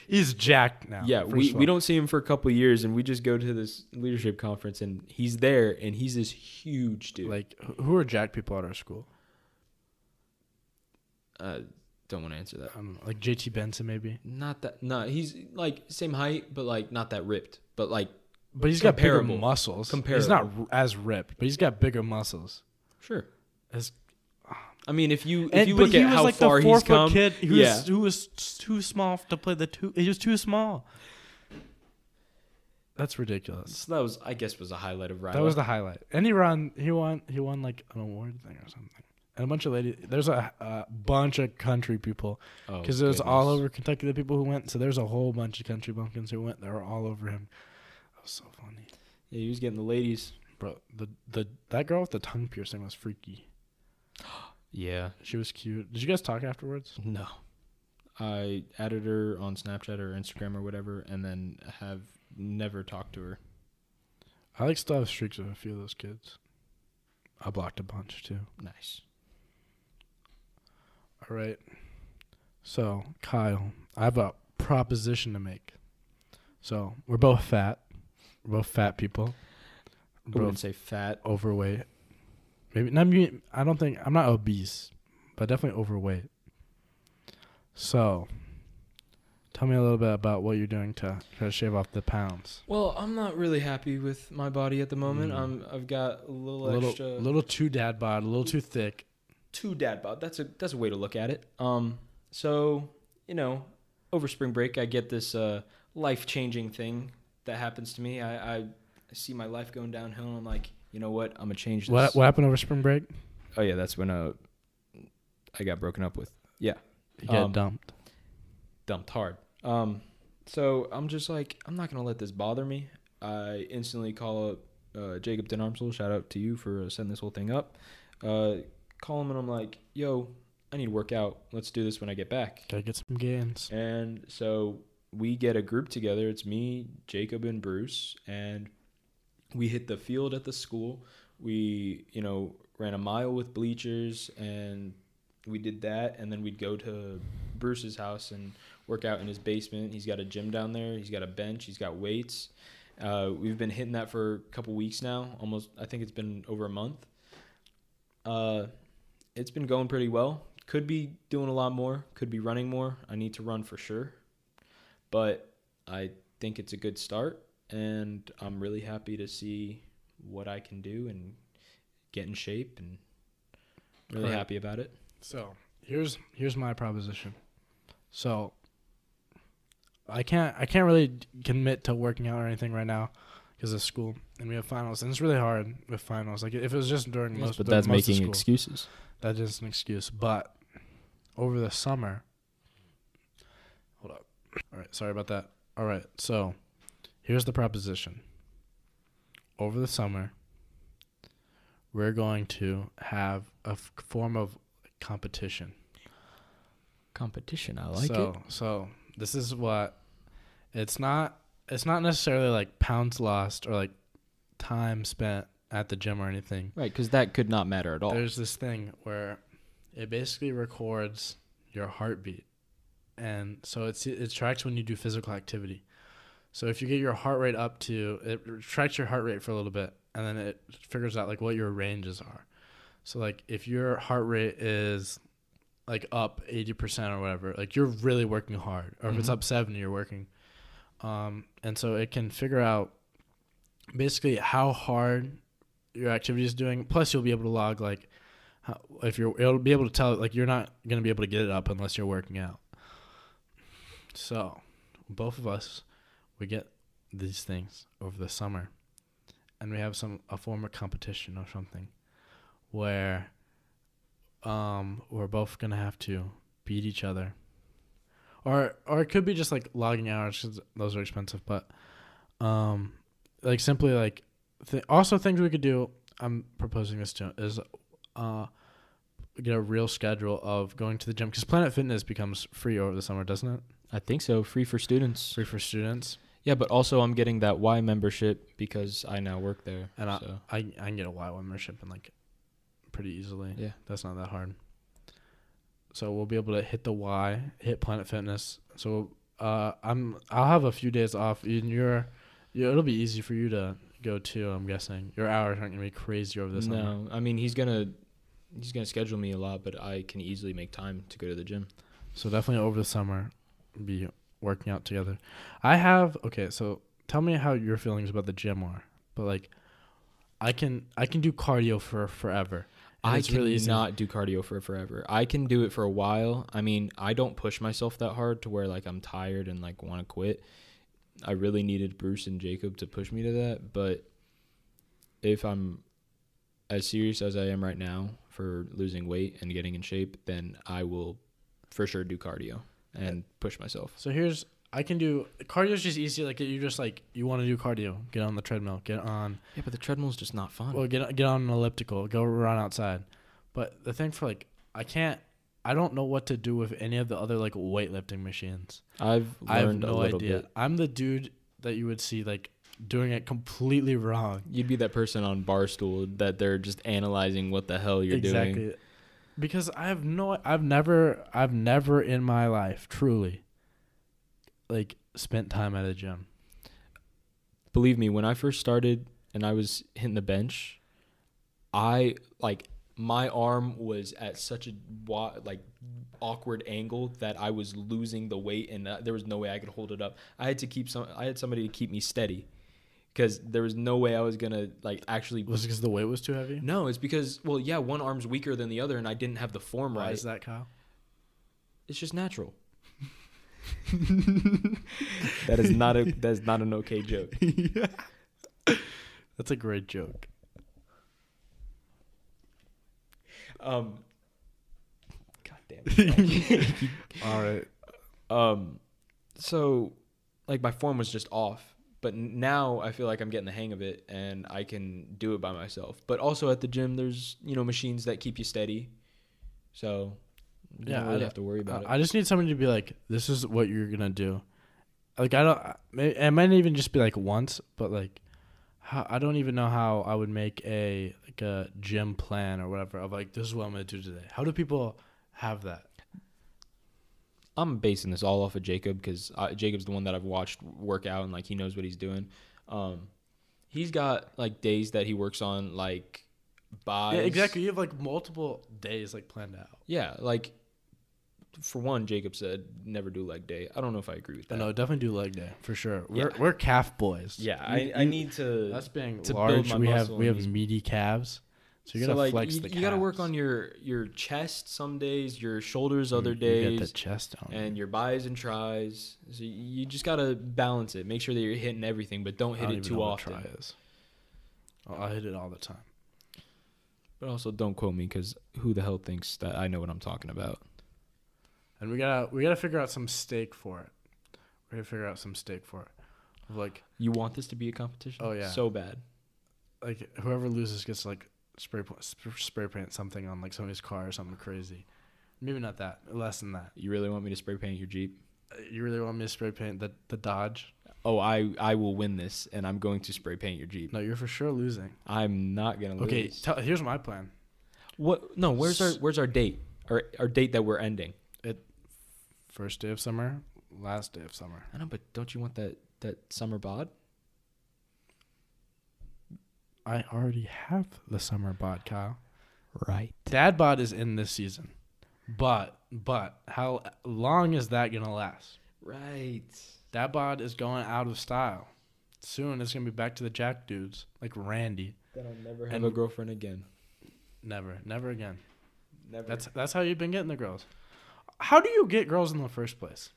[SPEAKER 1] he's jacked now.
[SPEAKER 2] yeah,
[SPEAKER 1] first
[SPEAKER 2] we,
[SPEAKER 1] of
[SPEAKER 2] we
[SPEAKER 1] all.
[SPEAKER 2] don't see him for a couple of years, and we just go to this leadership conference, and he's there, and he's this huge dude.
[SPEAKER 1] like wh- who are jacked people at our school?
[SPEAKER 2] uh, don't want to answer that.
[SPEAKER 1] I don't know, Um, like JT Benson maybe,
[SPEAKER 2] Not that. No, he's like same height, but like not that ripped. But like,
[SPEAKER 1] but he's got bigger
[SPEAKER 2] Comparable.
[SPEAKER 1] muscles. He's not r- as ripped, but he's got bigger muscles.
[SPEAKER 2] sure.
[SPEAKER 1] As
[SPEAKER 2] I mean, if you if
[SPEAKER 1] and,
[SPEAKER 2] you
[SPEAKER 1] but
[SPEAKER 2] look
[SPEAKER 1] he
[SPEAKER 2] at
[SPEAKER 1] was
[SPEAKER 2] how
[SPEAKER 1] like
[SPEAKER 2] far
[SPEAKER 1] the four
[SPEAKER 2] he's
[SPEAKER 1] foot
[SPEAKER 2] come,
[SPEAKER 1] kid who
[SPEAKER 2] yeah.
[SPEAKER 1] was who was too small to play the two. He was too small. That's ridiculous.
[SPEAKER 2] so that was I guess was a highlight of Ryla.
[SPEAKER 1] That was the highlight. And he won. He won. He won like an award thing or something. And a bunch of ladies. There's a, a bunch of country people
[SPEAKER 2] Oh,
[SPEAKER 1] because it was all
[SPEAKER 2] goodness.
[SPEAKER 1] over Kentucky. The people who went. So there's a whole bunch of country bumpkins who went. They were all over him. That was so funny,
[SPEAKER 2] Yeah, he was getting the ladies.
[SPEAKER 1] bro. The the that girl with the tongue piercing was freaky.
[SPEAKER 2] Yeah.
[SPEAKER 1] She was cute. Did you guys talk afterwards?
[SPEAKER 2] No. I added her on Snapchat or Instagram or whatever, and then have never talked to her.
[SPEAKER 1] I like still have streaks of a few of those kids. I blocked a bunch too.
[SPEAKER 2] Nice.
[SPEAKER 1] All right. So, Kyle, I have a proposition to make. So, we're both fat. We're both fat people.
[SPEAKER 2] I
[SPEAKER 1] We're
[SPEAKER 2] wouldn't
[SPEAKER 1] both
[SPEAKER 2] say fat.
[SPEAKER 1] overweight. Maybe not me. I don't think I'm not obese, but definitely overweight. So, tell me a little bit about what you're doing to try to shave off the pounds.
[SPEAKER 2] Well, I'm not really happy with my body at the moment.
[SPEAKER 1] Mm.
[SPEAKER 2] I'm I've got a
[SPEAKER 1] A
[SPEAKER 2] little,
[SPEAKER 1] little,
[SPEAKER 2] extra
[SPEAKER 1] little too dad bod, a little too thick.
[SPEAKER 2] two dad bod. That's a that's a way to look at it. Um, so you know, over spring break, I get this uh life changing thing that happens to me. I, I I see my life going downhill. and I'm like, you know what? I'm gonna change this.
[SPEAKER 1] What what happened over spring break?
[SPEAKER 2] Oh yeah, that's when uh I got broken up with.
[SPEAKER 1] You got
[SPEAKER 2] Um,
[SPEAKER 1] dumped.
[SPEAKER 2] dumped hard. Um, so I'm just like, I'm not gonna let this bother me. I instantly call up uh, Jacob Den Armsel, shout out to you for uh, setting this whole thing up. Uh, call him and I'm like, yo, I need to work out. Let's do this when I get back.
[SPEAKER 1] Gotta get some gains.
[SPEAKER 2] And so we get a group together. It's me, Jacob, and Bruce, and we hit the field at the school. We, you know, ran a mile with bleachers, and we did that. And then we'd go to Bruce's house and work out in his basement. He's got a gym down there. He's got a bench. He's got weights. Uh, we've been hitting that for a couple weeks now. Almost, I think it's been over a month. Uh, it's been going pretty well. Could be doing a lot more. Could be running more. I need to run for sure but I think it's a good start, and I'm really happy to see what I can do and get in shape, and really
[SPEAKER 1] Right.
[SPEAKER 2] happy about it.
[SPEAKER 1] So here's here's my proposition. So I can't I can't really d- commit to working out or anything right now because of school and we have finals and it's really hard with finals. Like if it was just during most,
[SPEAKER 2] but
[SPEAKER 1] during
[SPEAKER 2] that's
[SPEAKER 1] most of
[SPEAKER 2] making
[SPEAKER 1] school,
[SPEAKER 2] excuses.
[SPEAKER 1] that is an excuse. But over the summer, hold up. All right, sorry about that. All right, so here's the proposition. Over the summer, we're going to have a f- form of competition
[SPEAKER 2] Competition, I
[SPEAKER 1] so, So this is what it's not. It's not necessarily like pounds lost or like time spent at the gym or anything.
[SPEAKER 2] Right, because that could not matter at all.
[SPEAKER 1] There's this thing where it basically records your heartbeat, and so it's it tracks when you do physical activity. So if you get your heart rate up to it tracks your heart rate for a little bit, and then it figures out like what your ranges are. So like if your heart rate is like up eighty percent or whatever, like you're really working hard, or if it's
[SPEAKER 2] Mhm.
[SPEAKER 1] up seventy, you're working. Um, and so it can figure out basically how hard your activity is doing. Plus, you'll be able to log like how, if you're it'll be able to tell like you're not gonna be able to get it up unless you're working out. So, both of us, we get these things over the summer, and we have some a form of competition or something, where um we're both gonna have to beat each other. Or, or it could be just like logging hours 'cause those are expensive, but um, like simply like th- also things we could do i'm proposing this to is uh get a real schedule of going to the gym because planet fitness becomes free over the summer doesn't it
[SPEAKER 2] I think so. Free for students.
[SPEAKER 1] free for students
[SPEAKER 2] Yeah, but also I'm getting that Y membership because I now work there.
[SPEAKER 1] And
[SPEAKER 2] so.
[SPEAKER 1] i, I can get a y membership and like pretty easily
[SPEAKER 2] Yeah.
[SPEAKER 1] that's not that hard so we'll be able to hit the y hit planet fitness so uh i'm i'll have a few days off in your you, it'll be easy for you to go too i'm guessing your hours aren't gonna be crazy over the summer
[SPEAKER 2] No, I mean he's gonna he's gonna schedule me a lot, but I can easily make time to go to the gym.
[SPEAKER 1] So definitely over the summer, be working out together. I have okay. So tell me how your feelings about the gym are. But like, I can I can do cardio for forever. And
[SPEAKER 2] I
[SPEAKER 1] it's really
[SPEAKER 2] can
[SPEAKER 1] easy.
[SPEAKER 2] not do cardio for forever. I can do it for a while. I mean, I don't push myself that hard to where like I'm tired and like want to quit. I really needed Bruce and Jacob to push me to that, but if I'm as serious as I am right now for losing weight and getting in shape, then I will for sure do cardio and push myself.
[SPEAKER 1] So here's I can do cardio's just easy. Like you just like you want to do cardio, get on the treadmill, get on
[SPEAKER 2] Yeah, but the treadmill's just not fun.
[SPEAKER 1] well get get on an elliptical, go run outside. But the thing for like I can't. I don't know what to do with any of the other like weightlifting machines.
[SPEAKER 2] I've learned
[SPEAKER 1] I have no
[SPEAKER 2] a little
[SPEAKER 1] idea.
[SPEAKER 2] bit.
[SPEAKER 1] I'm the dude that you would see like doing it completely wrong.
[SPEAKER 2] You'd be that person on Barstool that they're just analyzing what the hell you're doing.
[SPEAKER 1] Because I have no, I've never, I've never in my life truly, like, spent time at a gym.
[SPEAKER 2] believe me, when I first started and I was hitting the bench, I like my arm was at such a wa- like awkward angle that I was losing the weight and uh, there was no way I could hold it up. I had to keep some. I had somebody to keep me steady because there was no way I was gonna like actually.
[SPEAKER 1] Was it because the weight was too heavy?
[SPEAKER 2] [laughs] No, it's because well, yeah, one arm's weaker than the other, and I didn't have the form
[SPEAKER 1] Why
[SPEAKER 2] right.
[SPEAKER 1] is that, Kyle?
[SPEAKER 2] It's just natural. that is not [laughs] a that is not an okay joke.
[SPEAKER 1] [laughs] That's a great joke.
[SPEAKER 2] Um, God damn
[SPEAKER 1] [laughs]
[SPEAKER 2] it.
[SPEAKER 1] All right.
[SPEAKER 2] um, so, like, my form was just off, But n- now I feel like I'm getting the hang of it and I can do it by myself. But also at the gym, there's you know machines that keep you steady, so you
[SPEAKER 1] Yeah,
[SPEAKER 2] don't really
[SPEAKER 1] I-
[SPEAKER 2] have to worry about it.
[SPEAKER 1] I I just need somebody to be like, this is what you're gonna do. Like I don't, may- it might even just be like once, but like, how, I don't even know how I would make a like a gym plan or whatever of like this is what I'm gonna do today. How do people have that?
[SPEAKER 2] I'm basing this all off of Jacob because Jacob's the one that I've watched work out and like he knows what he's doing. Um, he's got like days that he works on like buys.
[SPEAKER 1] Yeah, exactly. You have like multiple days like planned out.
[SPEAKER 2] Yeah, like for one, Jacob said never do leg day. I don't know if I agree with that.
[SPEAKER 1] But no, definitely do leg day for sure. We're
[SPEAKER 2] Yeah.
[SPEAKER 1] we're calf boys.
[SPEAKER 2] Yeah,
[SPEAKER 1] You-
[SPEAKER 2] I, I
[SPEAKER 1] you-
[SPEAKER 2] need to.
[SPEAKER 1] Us being
[SPEAKER 2] to build
[SPEAKER 1] large,
[SPEAKER 2] my
[SPEAKER 1] we have
[SPEAKER 2] muscle
[SPEAKER 1] we
[SPEAKER 2] and
[SPEAKER 1] have
[SPEAKER 2] these-
[SPEAKER 1] meaty calves, so you
[SPEAKER 2] so,
[SPEAKER 1] gotta
[SPEAKER 2] like,
[SPEAKER 1] flex
[SPEAKER 2] you,
[SPEAKER 1] the.
[SPEAKER 2] you gotta work
[SPEAKER 1] calves.
[SPEAKER 2] on your your chest some days, your shoulders
[SPEAKER 1] You-
[SPEAKER 2] other
[SPEAKER 1] Mm, You
[SPEAKER 2] days,
[SPEAKER 1] get the chest on.
[SPEAKER 2] and your buys and tries. So you- you just gotta balance it. Make sure that you're hitting everything, but don't
[SPEAKER 1] I
[SPEAKER 2] hit
[SPEAKER 1] don't
[SPEAKER 2] it
[SPEAKER 1] even
[SPEAKER 2] too
[SPEAKER 1] know what
[SPEAKER 2] often.
[SPEAKER 1] Try is. Oh, I hit it all the time.
[SPEAKER 2] But also, don't quote me because who the hell thinks that I know what I'm talking about?
[SPEAKER 1] And we gotta we gotta figure out some stake for it. We're gonna figure out some stake for it. Of, Like
[SPEAKER 2] You want this to be a competition?
[SPEAKER 1] Oh, yeah.
[SPEAKER 2] so bad.
[SPEAKER 1] like whoever loses gets to, like spray pa- sp- spray paint something on like somebody's car or something crazy. Maybe not that. Less than that.
[SPEAKER 2] You really want me to spray paint your Jeep?
[SPEAKER 1] Uh, You really want me to spray paint the the Dodge?
[SPEAKER 2] Oh, I I will win this, and I'm going to spray paint your Jeep.
[SPEAKER 1] No, you're for sure losing.
[SPEAKER 2] I'm not gonna lose.
[SPEAKER 1] Okay, tell, here's my plan.
[SPEAKER 2] what? No, where's our where's our date? Our our date that we're ending.
[SPEAKER 1] First day of summer, last day of summer.
[SPEAKER 2] I know, but don't you want that that summer bod?
[SPEAKER 1] I already have the summer bod, Kyle.
[SPEAKER 2] Right.
[SPEAKER 1] Dad bod is in this season, but but how long is that gonna last?
[SPEAKER 2] Right.
[SPEAKER 1] That bod is going out of style. Soon it's gonna be back to the Jack dudes, like Randy.
[SPEAKER 2] Then I'll never
[SPEAKER 1] have
[SPEAKER 2] have
[SPEAKER 1] a
[SPEAKER 2] a girlfriend again.
[SPEAKER 1] Never, never again.
[SPEAKER 2] Never.
[SPEAKER 1] That's that's how you've been getting the girls. How do you get girls in the first place?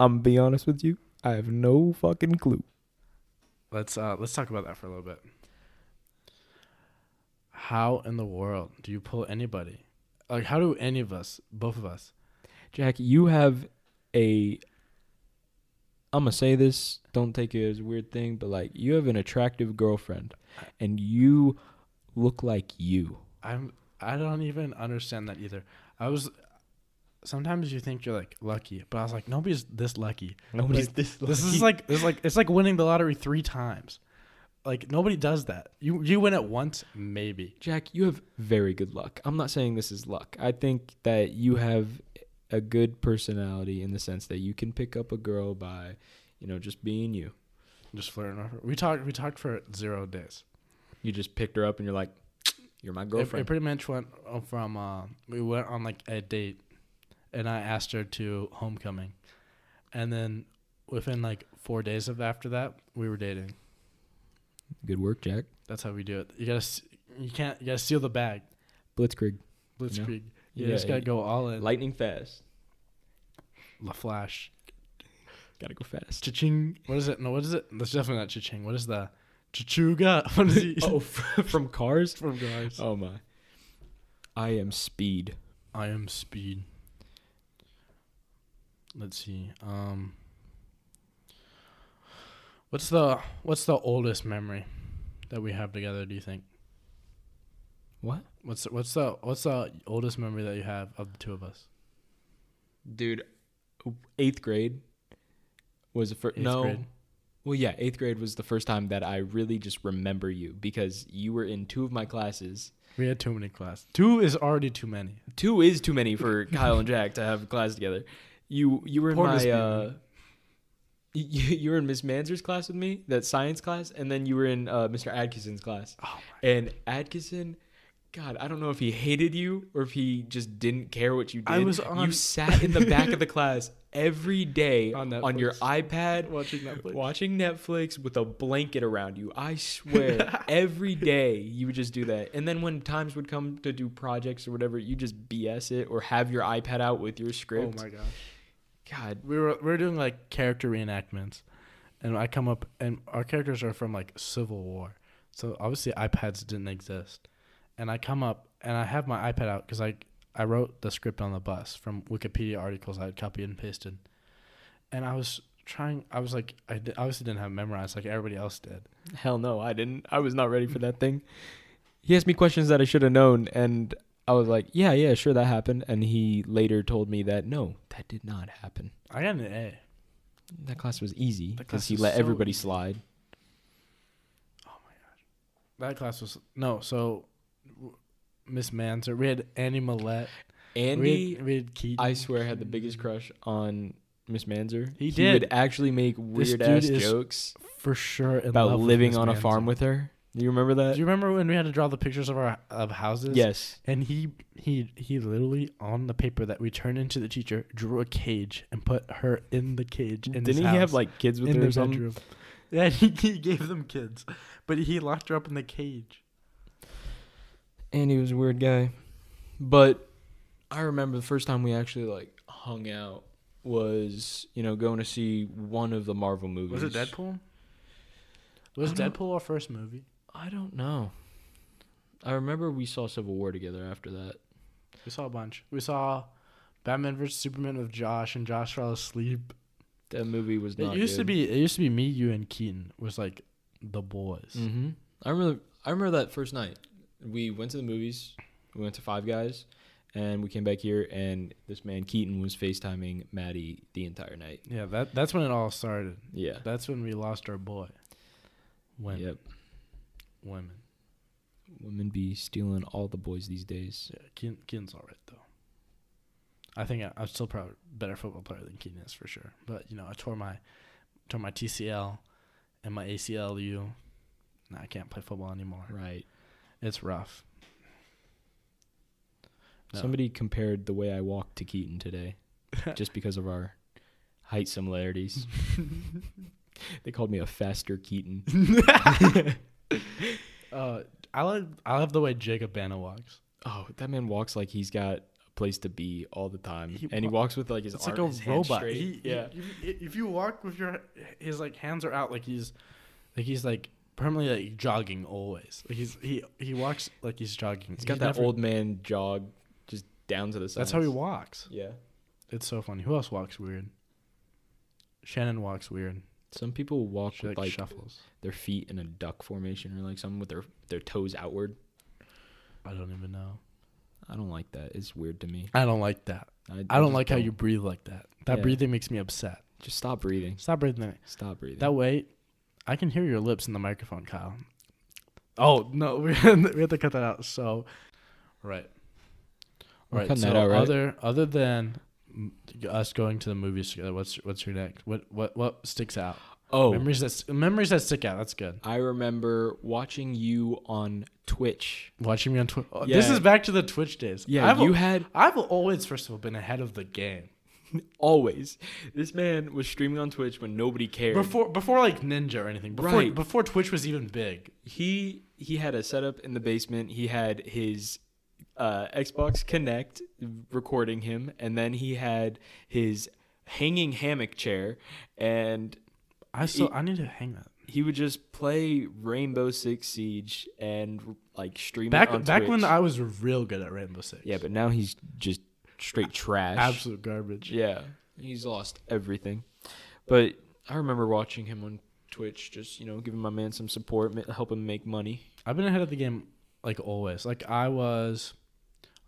[SPEAKER 2] I'm be honest with you. I have no fucking clue.
[SPEAKER 1] Let's uh let's talk about that for a little bit. How in the world do you pull anybody? Like how do any of us, both of us?
[SPEAKER 2] Jack, you have a. I'm gonna say this. Don't take it as a weird thing, but like you have an attractive girlfriend, and you look like you.
[SPEAKER 1] I'm I don't even understand that either. I was sometimes you think you're like lucky, but I was like nobody's this lucky. Nobody's
[SPEAKER 2] this.
[SPEAKER 1] This is like it's like it's like winning the lottery three times. Like nobody does that. You you win it once, maybe.
[SPEAKER 2] Jack. You have very good luck. I'm not saying this is luck. I think that you have a good personality in the sense that you can pick up a girl by, you know, just being you.
[SPEAKER 1] Just flirting with her. We talked we talked for zero days.
[SPEAKER 2] You just picked her up, and you're like, you're my
[SPEAKER 1] It, it
[SPEAKER 2] girlfriend.
[SPEAKER 1] pretty much went from uh, we went on like a date, and I asked her to homecoming, and then within like four days of after that we were dating.
[SPEAKER 2] Good work, Jack.
[SPEAKER 1] That's how we do it. You gotta s- you can't you gotta steal the bag.
[SPEAKER 2] Blitzkrieg.
[SPEAKER 1] Blitzkrieg. You
[SPEAKER 2] Yeah,
[SPEAKER 1] just gotta
[SPEAKER 2] yeah.
[SPEAKER 1] go all in. Like
[SPEAKER 2] Lightning fast.
[SPEAKER 1] La Flash.
[SPEAKER 2] Gotta go fast.
[SPEAKER 1] Cha-ching. What is it? No, what is it? That's definitely not cha-ching. What is the Chachuga. [laughs] What is he?
[SPEAKER 2] [laughs] [laughs] oh, from Cars?
[SPEAKER 1] from guys.
[SPEAKER 2] Oh my. I am Speed.
[SPEAKER 1] I am speed. Let's see. Um What's the what's the oldest memory that we have together, do you think?
[SPEAKER 2] What?
[SPEAKER 1] What's the, what's the what's the oldest memory that you have of the two of us?
[SPEAKER 2] Dude, eighth grade was the first.
[SPEAKER 1] Eighth
[SPEAKER 2] No.
[SPEAKER 1] grade?
[SPEAKER 2] Well, yeah, eighth grade was the first time that I really just remember you because you were in two of my classes.
[SPEAKER 1] We had too many class. Two is already too many.
[SPEAKER 2] Two is too many for Kyle and Jack to have a class together. You you were in
[SPEAKER 1] Poor Miss
[SPEAKER 2] my. Uh,
[SPEAKER 1] Manzer.
[SPEAKER 2] you, [laughs] you were in Miss Manzer's class with me, that science class, and then you were in uh, Mr. Adkinson's class.
[SPEAKER 1] Oh
[SPEAKER 2] And Atkinson, God, I don't know if he hated you or if he just didn't care what you did.
[SPEAKER 1] I was on-
[SPEAKER 2] You sat in the
[SPEAKER 1] [laughs]
[SPEAKER 2] back of the class every day
[SPEAKER 1] On
[SPEAKER 2] on, your iPad,
[SPEAKER 1] Watching Netflix.
[SPEAKER 2] watching Netflix with a blanket around you. I
[SPEAKER 1] [laughs]
[SPEAKER 2] swear, every day you would just do that. And then when times would come to do projects or whatever, you just BS it or have your iPad out with your
[SPEAKER 1] Oh
[SPEAKER 2] script.
[SPEAKER 1] my gosh.
[SPEAKER 2] God,
[SPEAKER 1] we were we were doing like character reenactments, and I come up and our characters are from like Civil War, so obviously iPads didn't exist, and I come up and I have my iPad out because I I wrote the script on the bus from Wikipedia articles I had copied and pasted, and I was trying. I was like, I di- obviously didn't have it memorized like everybody else did.
[SPEAKER 2] Hell no, I didn't. I was not ready for that thing. He asked me questions that I should have known, and I was like, yeah, yeah, sure, that happened. And he later told me that no, that did not happen.
[SPEAKER 1] I got an A.
[SPEAKER 2] That class was easy
[SPEAKER 1] That
[SPEAKER 2] because
[SPEAKER 1] class
[SPEAKER 2] he
[SPEAKER 1] was
[SPEAKER 2] let
[SPEAKER 1] so
[SPEAKER 2] everybody
[SPEAKER 1] easy.
[SPEAKER 2] slide.
[SPEAKER 1] Oh That class was no. So w- Miss Manser, we had Annie Millette. we
[SPEAKER 2] Andy,
[SPEAKER 1] had, we had Keaton.
[SPEAKER 2] I swear, had the biggest crush on Miss Manzer.
[SPEAKER 1] He
[SPEAKER 2] would
[SPEAKER 1] did.
[SPEAKER 2] actually make weird
[SPEAKER 1] dude
[SPEAKER 2] ass
[SPEAKER 1] is
[SPEAKER 2] jokes
[SPEAKER 1] for sure in
[SPEAKER 2] about
[SPEAKER 1] love with
[SPEAKER 2] living
[SPEAKER 1] Miss
[SPEAKER 2] on a
[SPEAKER 1] Manser.
[SPEAKER 2] farm with her. Do you remember
[SPEAKER 1] Do
[SPEAKER 2] that?
[SPEAKER 1] you remember when we had to draw the pictures of our of houses?
[SPEAKER 2] Yes.
[SPEAKER 1] And he he he literally on the paper that we turned into the teacher drew a cage and put her in the cage. In
[SPEAKER 2] Didn't
[SPEAKER 1] his
[SPEAKER 2] he
[SPEAKER 1] house.
[SPEAKER 2] have like kids with
[SPEAKER 1] in
[SPEAKER 2] her
[SPEAKER 1] the
[SPEAKER 2] or something? [laughs]
[SPEAKER 1] bedroom. Yeah, he, he gave them kids, but he locked her up in the cage.
[SPEAKER 2] And he was a weird guy. But I remember the first time we actually like hung out was, you know, going to see one of the Marvel
[SPEAKER 1] Was
[SPEAKER 2] movies.
[SPEAKER 1] it Deadpool? Was
[SPEAKER 2] I don't-
[SPEAKER 1] Deadpool our first movie?
[SPEAKER 2] I don't know. I remember we saw Civil War together after that.
[SPEAKER 1] We saw a bunch. We saw Batman vs Superman with Josh, and Josh fell asleep.
[SPEAKER 2] That movie was not
[SPEAKER 1] it used to be. It used to be me, you, and Keaton was like the boys.
[SPEAKER 2] Mhm. I remember I remember that first night. We went to the movies. We went to Five Guys and we came back here and this man Keaton was FaceTiming Maddie the entire night.
[SPEAKER 1] Yeah, that that's when it all started.
[SPEAKER 2] Yeah.
[SPEAKER 1] That's when we lost our boy. Women,
[SPEAKER 2] Yep.
[SPEAKER 1] women.
[SPEAKER 2] Women be stealing all the boys these days.
[SPEAKER 1] Yeah, Keaton, Keaton's all right though. I think I, I'm still probably a better football player than Keaton is for sure. But you know, I tore my tore my TCL and my ACLU. Now I can't play football anymore.
[SPEAKER 2] Right.
[SPEAKER 1] It's rough. No.
[SPEAKER 2] Somebody compared the way I walk to
[SPEAKER 1] [laughs]
[SPEAKER 2] Keaton today just because of our
[SPEAKER 1] [laughs]
[SPEAKER 2] height similarities. they called me a faster Keaton.
[SPEAKER 1] Uh, I like I love the way Jacob Bana walks.
[SPEAKER 2] Oh, that man walks like he's got a place to be all the time.
[SPEAKER 1] He
[SPEAKER 2] and he
[SPEAKER 1] wa-
[SPEAKER 2] walks with like his
[SPEAKER 1] It's
[SPEAKER 2] arm,
[SPEAKER 1] like a
[SPEAKER 2] his hand
[SPEAKER 1] robot.
[SPEAKER 2] straight.
[SPEAKER 1] He,
[SPEAKER 2] yeah.
[SPEAKER 1] yeah. if, if you walk with your his like hands are out, like he's like he's like permanently like jogging always. Like he's he he walks like he's jogging.
[SPEAKER 2] he's got
[SPEAKER 1] He
[SPEAKER 2] that
[SPEAKER 1] never-
[SPEAKER 2] old man jog just down to the side.
[SPEAKER 1] That's how he walks.
[SPEAKER 2] Yeah.
[SPEAKER 1] It's so funny. Who else walks weird? Shannon walks weird.
[SPEAKER 2] Some people walk
[SPEAKER 1] She
[SPEAKER 2] with
[SPEAKER 1] like,
[SPEAKER 2] like
[SPEAKER 1] shuffles.
[SPEAKER 2] their feet in a duck formation or like something with their their toes outward.
[SPEAKER 1] I don't even know.
[SPEAKER 2] I don't like that. It's weird to me.
[SPEAKER 1] I don't like that. I
[SPEAKER 2] just
[SPEAKER 1] don't like how you breathe like that. That
[SPEAKER 2] Yeah.
[SPEAKER 1] breathing makes me upset.
[SPEAKER 2] just stop breathing.
[SPEAKER 1] Stop breathing. That,
[SPEAKER 2] Stop breathing.
[SPEAKER 1] that way, I can hear your lips in the microphone, Kyle. Oh no, [laughs] we had, we had to cut that out. So, right,
[SPEAKER 2] We're
[SPEAKER 1] right.
[SPEAKER 2] cutting
[SPEAKER 1] So
[SPEAKER 2] that out, right?
[SPEAKER 1] other other than mm, us going to the movies together, what's what's your next? What what what sticks out?
[SPEAKER 2] oh,
[SPEAKER 1] Memories that s- memories that stick out. That's good.
[SPEAKER 2] I remember watching you on Twitch.
[SPEAKER 1] Watching me on Twitch. This
[SPEAKER 2] Yeah.
[SPEAKER 1] is back to the Twitch days.
[SPEAKER 2] Yeah,
[SPEAKER 1] I've,
[SPEAKER 2] you had
[SPEAKER 1] I've always, first of all, been ahead of the game.
[SPEAKER 2] always. This man was streaming on Twitch when nobody cared.
[SPEAKER 1] Before, before like Ninja or anything. Before,
[SPEAKER 2] Right.
[SPEAKER 1] before Twitch was even big.
[SPEAKER 2] he he had a setup in the basement. He had his uh, Xbox Connect recording him, and then he had his hanging hammock chair, and
[SPEAKER 1] I still, I need to hang that.
[SPEAKER 2] he would just play Rainbow Six Siege and like stream it on
[SPEAKER 1] Back, back when
[SPEAKER 2] Twitch.
[SPEAKER 1] I was real good at Rainbow Six.
[SPEAKER 2] yeah, but now he's just straight trash.
[SPEAKER 1] absolute garbage.
[SPEAKER 2] Yeah, he's lost everything. But I remember watching him on Twitch, just you know, giving my man some support, ma- help him make money.
[SPEAKER 1] I've been ahead of the game like always. Like I was.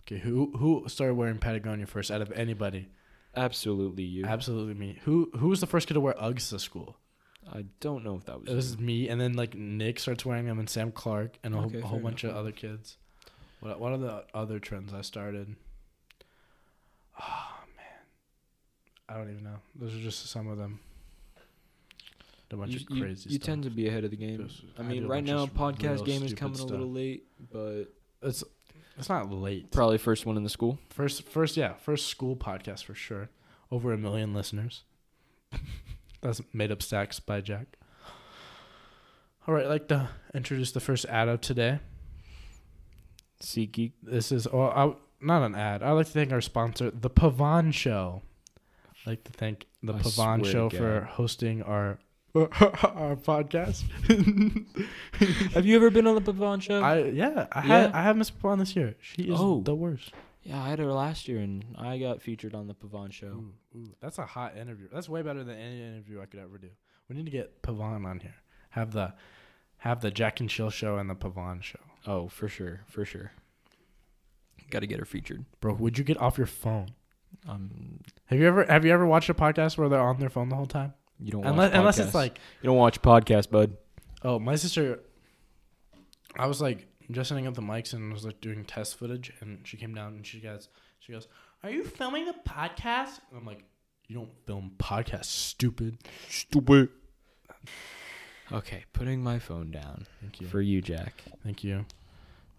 [SPEAKER 1] Okay, who who started wearing Patagonia first out of anybody?
[SPEAKER 2] Absolutely, you.
[SPEAKER 1] Absolutely me. Who who was the first kid to wear Uggs to school?
[SPEAKER 2] I don't know if that was.
[SPEAKER 1] It was me, and then like Nick starts wearing them, and Sam Clark, and a whole,
[SPEAKER 2] Okay,
[SPEAKER 1] a
[SPEAKER 2] fair
[SPEAKER 1] whole bunch of other kids. What what are the other trends I started? Oh man, I don't even know. Those are just some of them. A bunch
[SPEAKER 2] you,
[SPEAKER 1] of
[SPEAKER 2] you-
[SPEAKER 1] crazy
[SPEAKER 2] you
[SPEAKER 1] stuff.
[SPEAKER 2] tend to be ahead of the game.
[SPEAKER 1] Just-
[SPEAKER 2] I
[SPEAKER 1] I
[SPEAKER 2] mean,
[SPEAKER 1] do a
[SPEAKER 2] right
[SPEAKER 1] bunch
[SPEAKER 2] now,
[SPEAKER 1] of real
[SPEAKER 2] podcast game is
[SPEAKER 1] stupid
[SPEAKER 2] coming a little late, but
[SPEAKER 1] it's it's not late.
[SPEAKER 2] probably first one in the school.
[SPEAKER 1] First first yeah first school podcast for sure. Over a million listeners. [laughs] That's made up stacks by Jack. All right, I'd like to introduce the first ad of today.
[SPEAKER 2] SeatGeek.
[SPEAKER 1] This is oh, I, not an ad. I'd like to thank our sponsor, The Pavon Show. I'd like to thank The
[SPEAKER 2] I
[SPEAKER 1] Pavon
[SPEAKER 2] swear
[SPEAKER 1] Show
[SPEAKER 2] to
[SPEAKER 1] for hosting
[SPEAKER 2] [laughs]
[SPEAKER 1] our our podcast.
[SPEAKER 2] Have you ever been on the Pavon show?
[SPEAKER 1] I yeah, I had
[SPEAKER 2] Yeah.
[SPEAKER 1] I had Miss Pavon this year. She is
[SPEAKER 2] Oh.
[SPEAKER 1] the worst.
[SPEAKER 2] Yeah, I had her last year, and I got featured on the Pavon show.
[SPEAKER 1] Ooh, ooh, Mm, that's a hot interview. That's way better than any interview I could ever do. We need to get Pavan on here. Have the have the Jack and Chill show and the Pavan show.
[SPEAKER 2] Oh, for sure, for sure. Got to get her featured.
[SPEAKER 1] Bro, would you get off your phone?
[SPEAKER 2] Um,
[SPEAKER 1] Have you ever have you ever watched a podcast where they're on their phone the whole time?
[SPEAKER 2] you don't
[SPEAKER 1] Unless
[SPEAKER 2] watch
[SPEAKER 1] unless
[SPEAKER 2] podcasts.
[SPEAKER 1] it's like
[SPEAKER 2] you don't watch podcasts, bud.
[SPEAKER 1] Oh, my sister. I was like just setting up the mics and was like doing test footage, and she came down and she goes, she goes, "Are you filming the podcast?" And I'm like, "You don't film podcasts, stupid."
[SPEAKER 2] Stupid. Okay, putting my phone down
[SPEAKER 1] Thank you.
[SPEAKER 2] for you, Jack.
[SPEAKER 1] Thank you.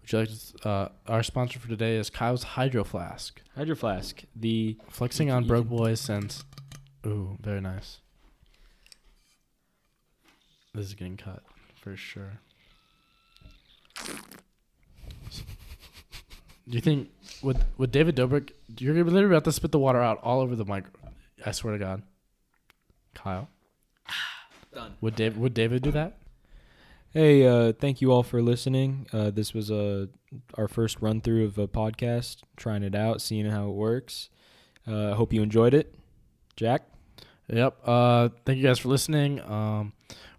[SPEAKER 1] Would you like to, uh, our sponsor for today is Kyle's Hydro Flask,
[SPEAKER 2] Hydro Flask, the
[SPEAKER 1] flexing
[SPEAKER 2] You
[SPEAKER 1] on
[SPEAKER 2] can-
[SPEAKER 1] broke
[SPEAKER 2] you can-
[SPEAKER 1] boys since. Ooh, very nice. This is getting cut for sure. Do you think with with David Dobrik, you're gonna be literally about to spit the water out all over the mic? I swear to God, Kyle.
[SPEAKER 2] Done.
[SPEAKER 1] Would David would David do that?
[SPEAKER 2] Hey, uh, thank you all for listening. Uh, this was uh, our first run through of a podcast, trying it out, seeing how it works. Uh, I hope you enjoyed it, Jack.
[SPEAKER 1] Yep. Uh, thank you guys for listening. Um,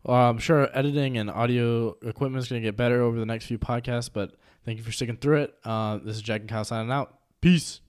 [SPEAKER 1] well, I'm sure editing and audio equipment is going to get better over the next few podcasts, but thank you for sticking through it. Uh, this is Jack and Kyle signing out. Peace.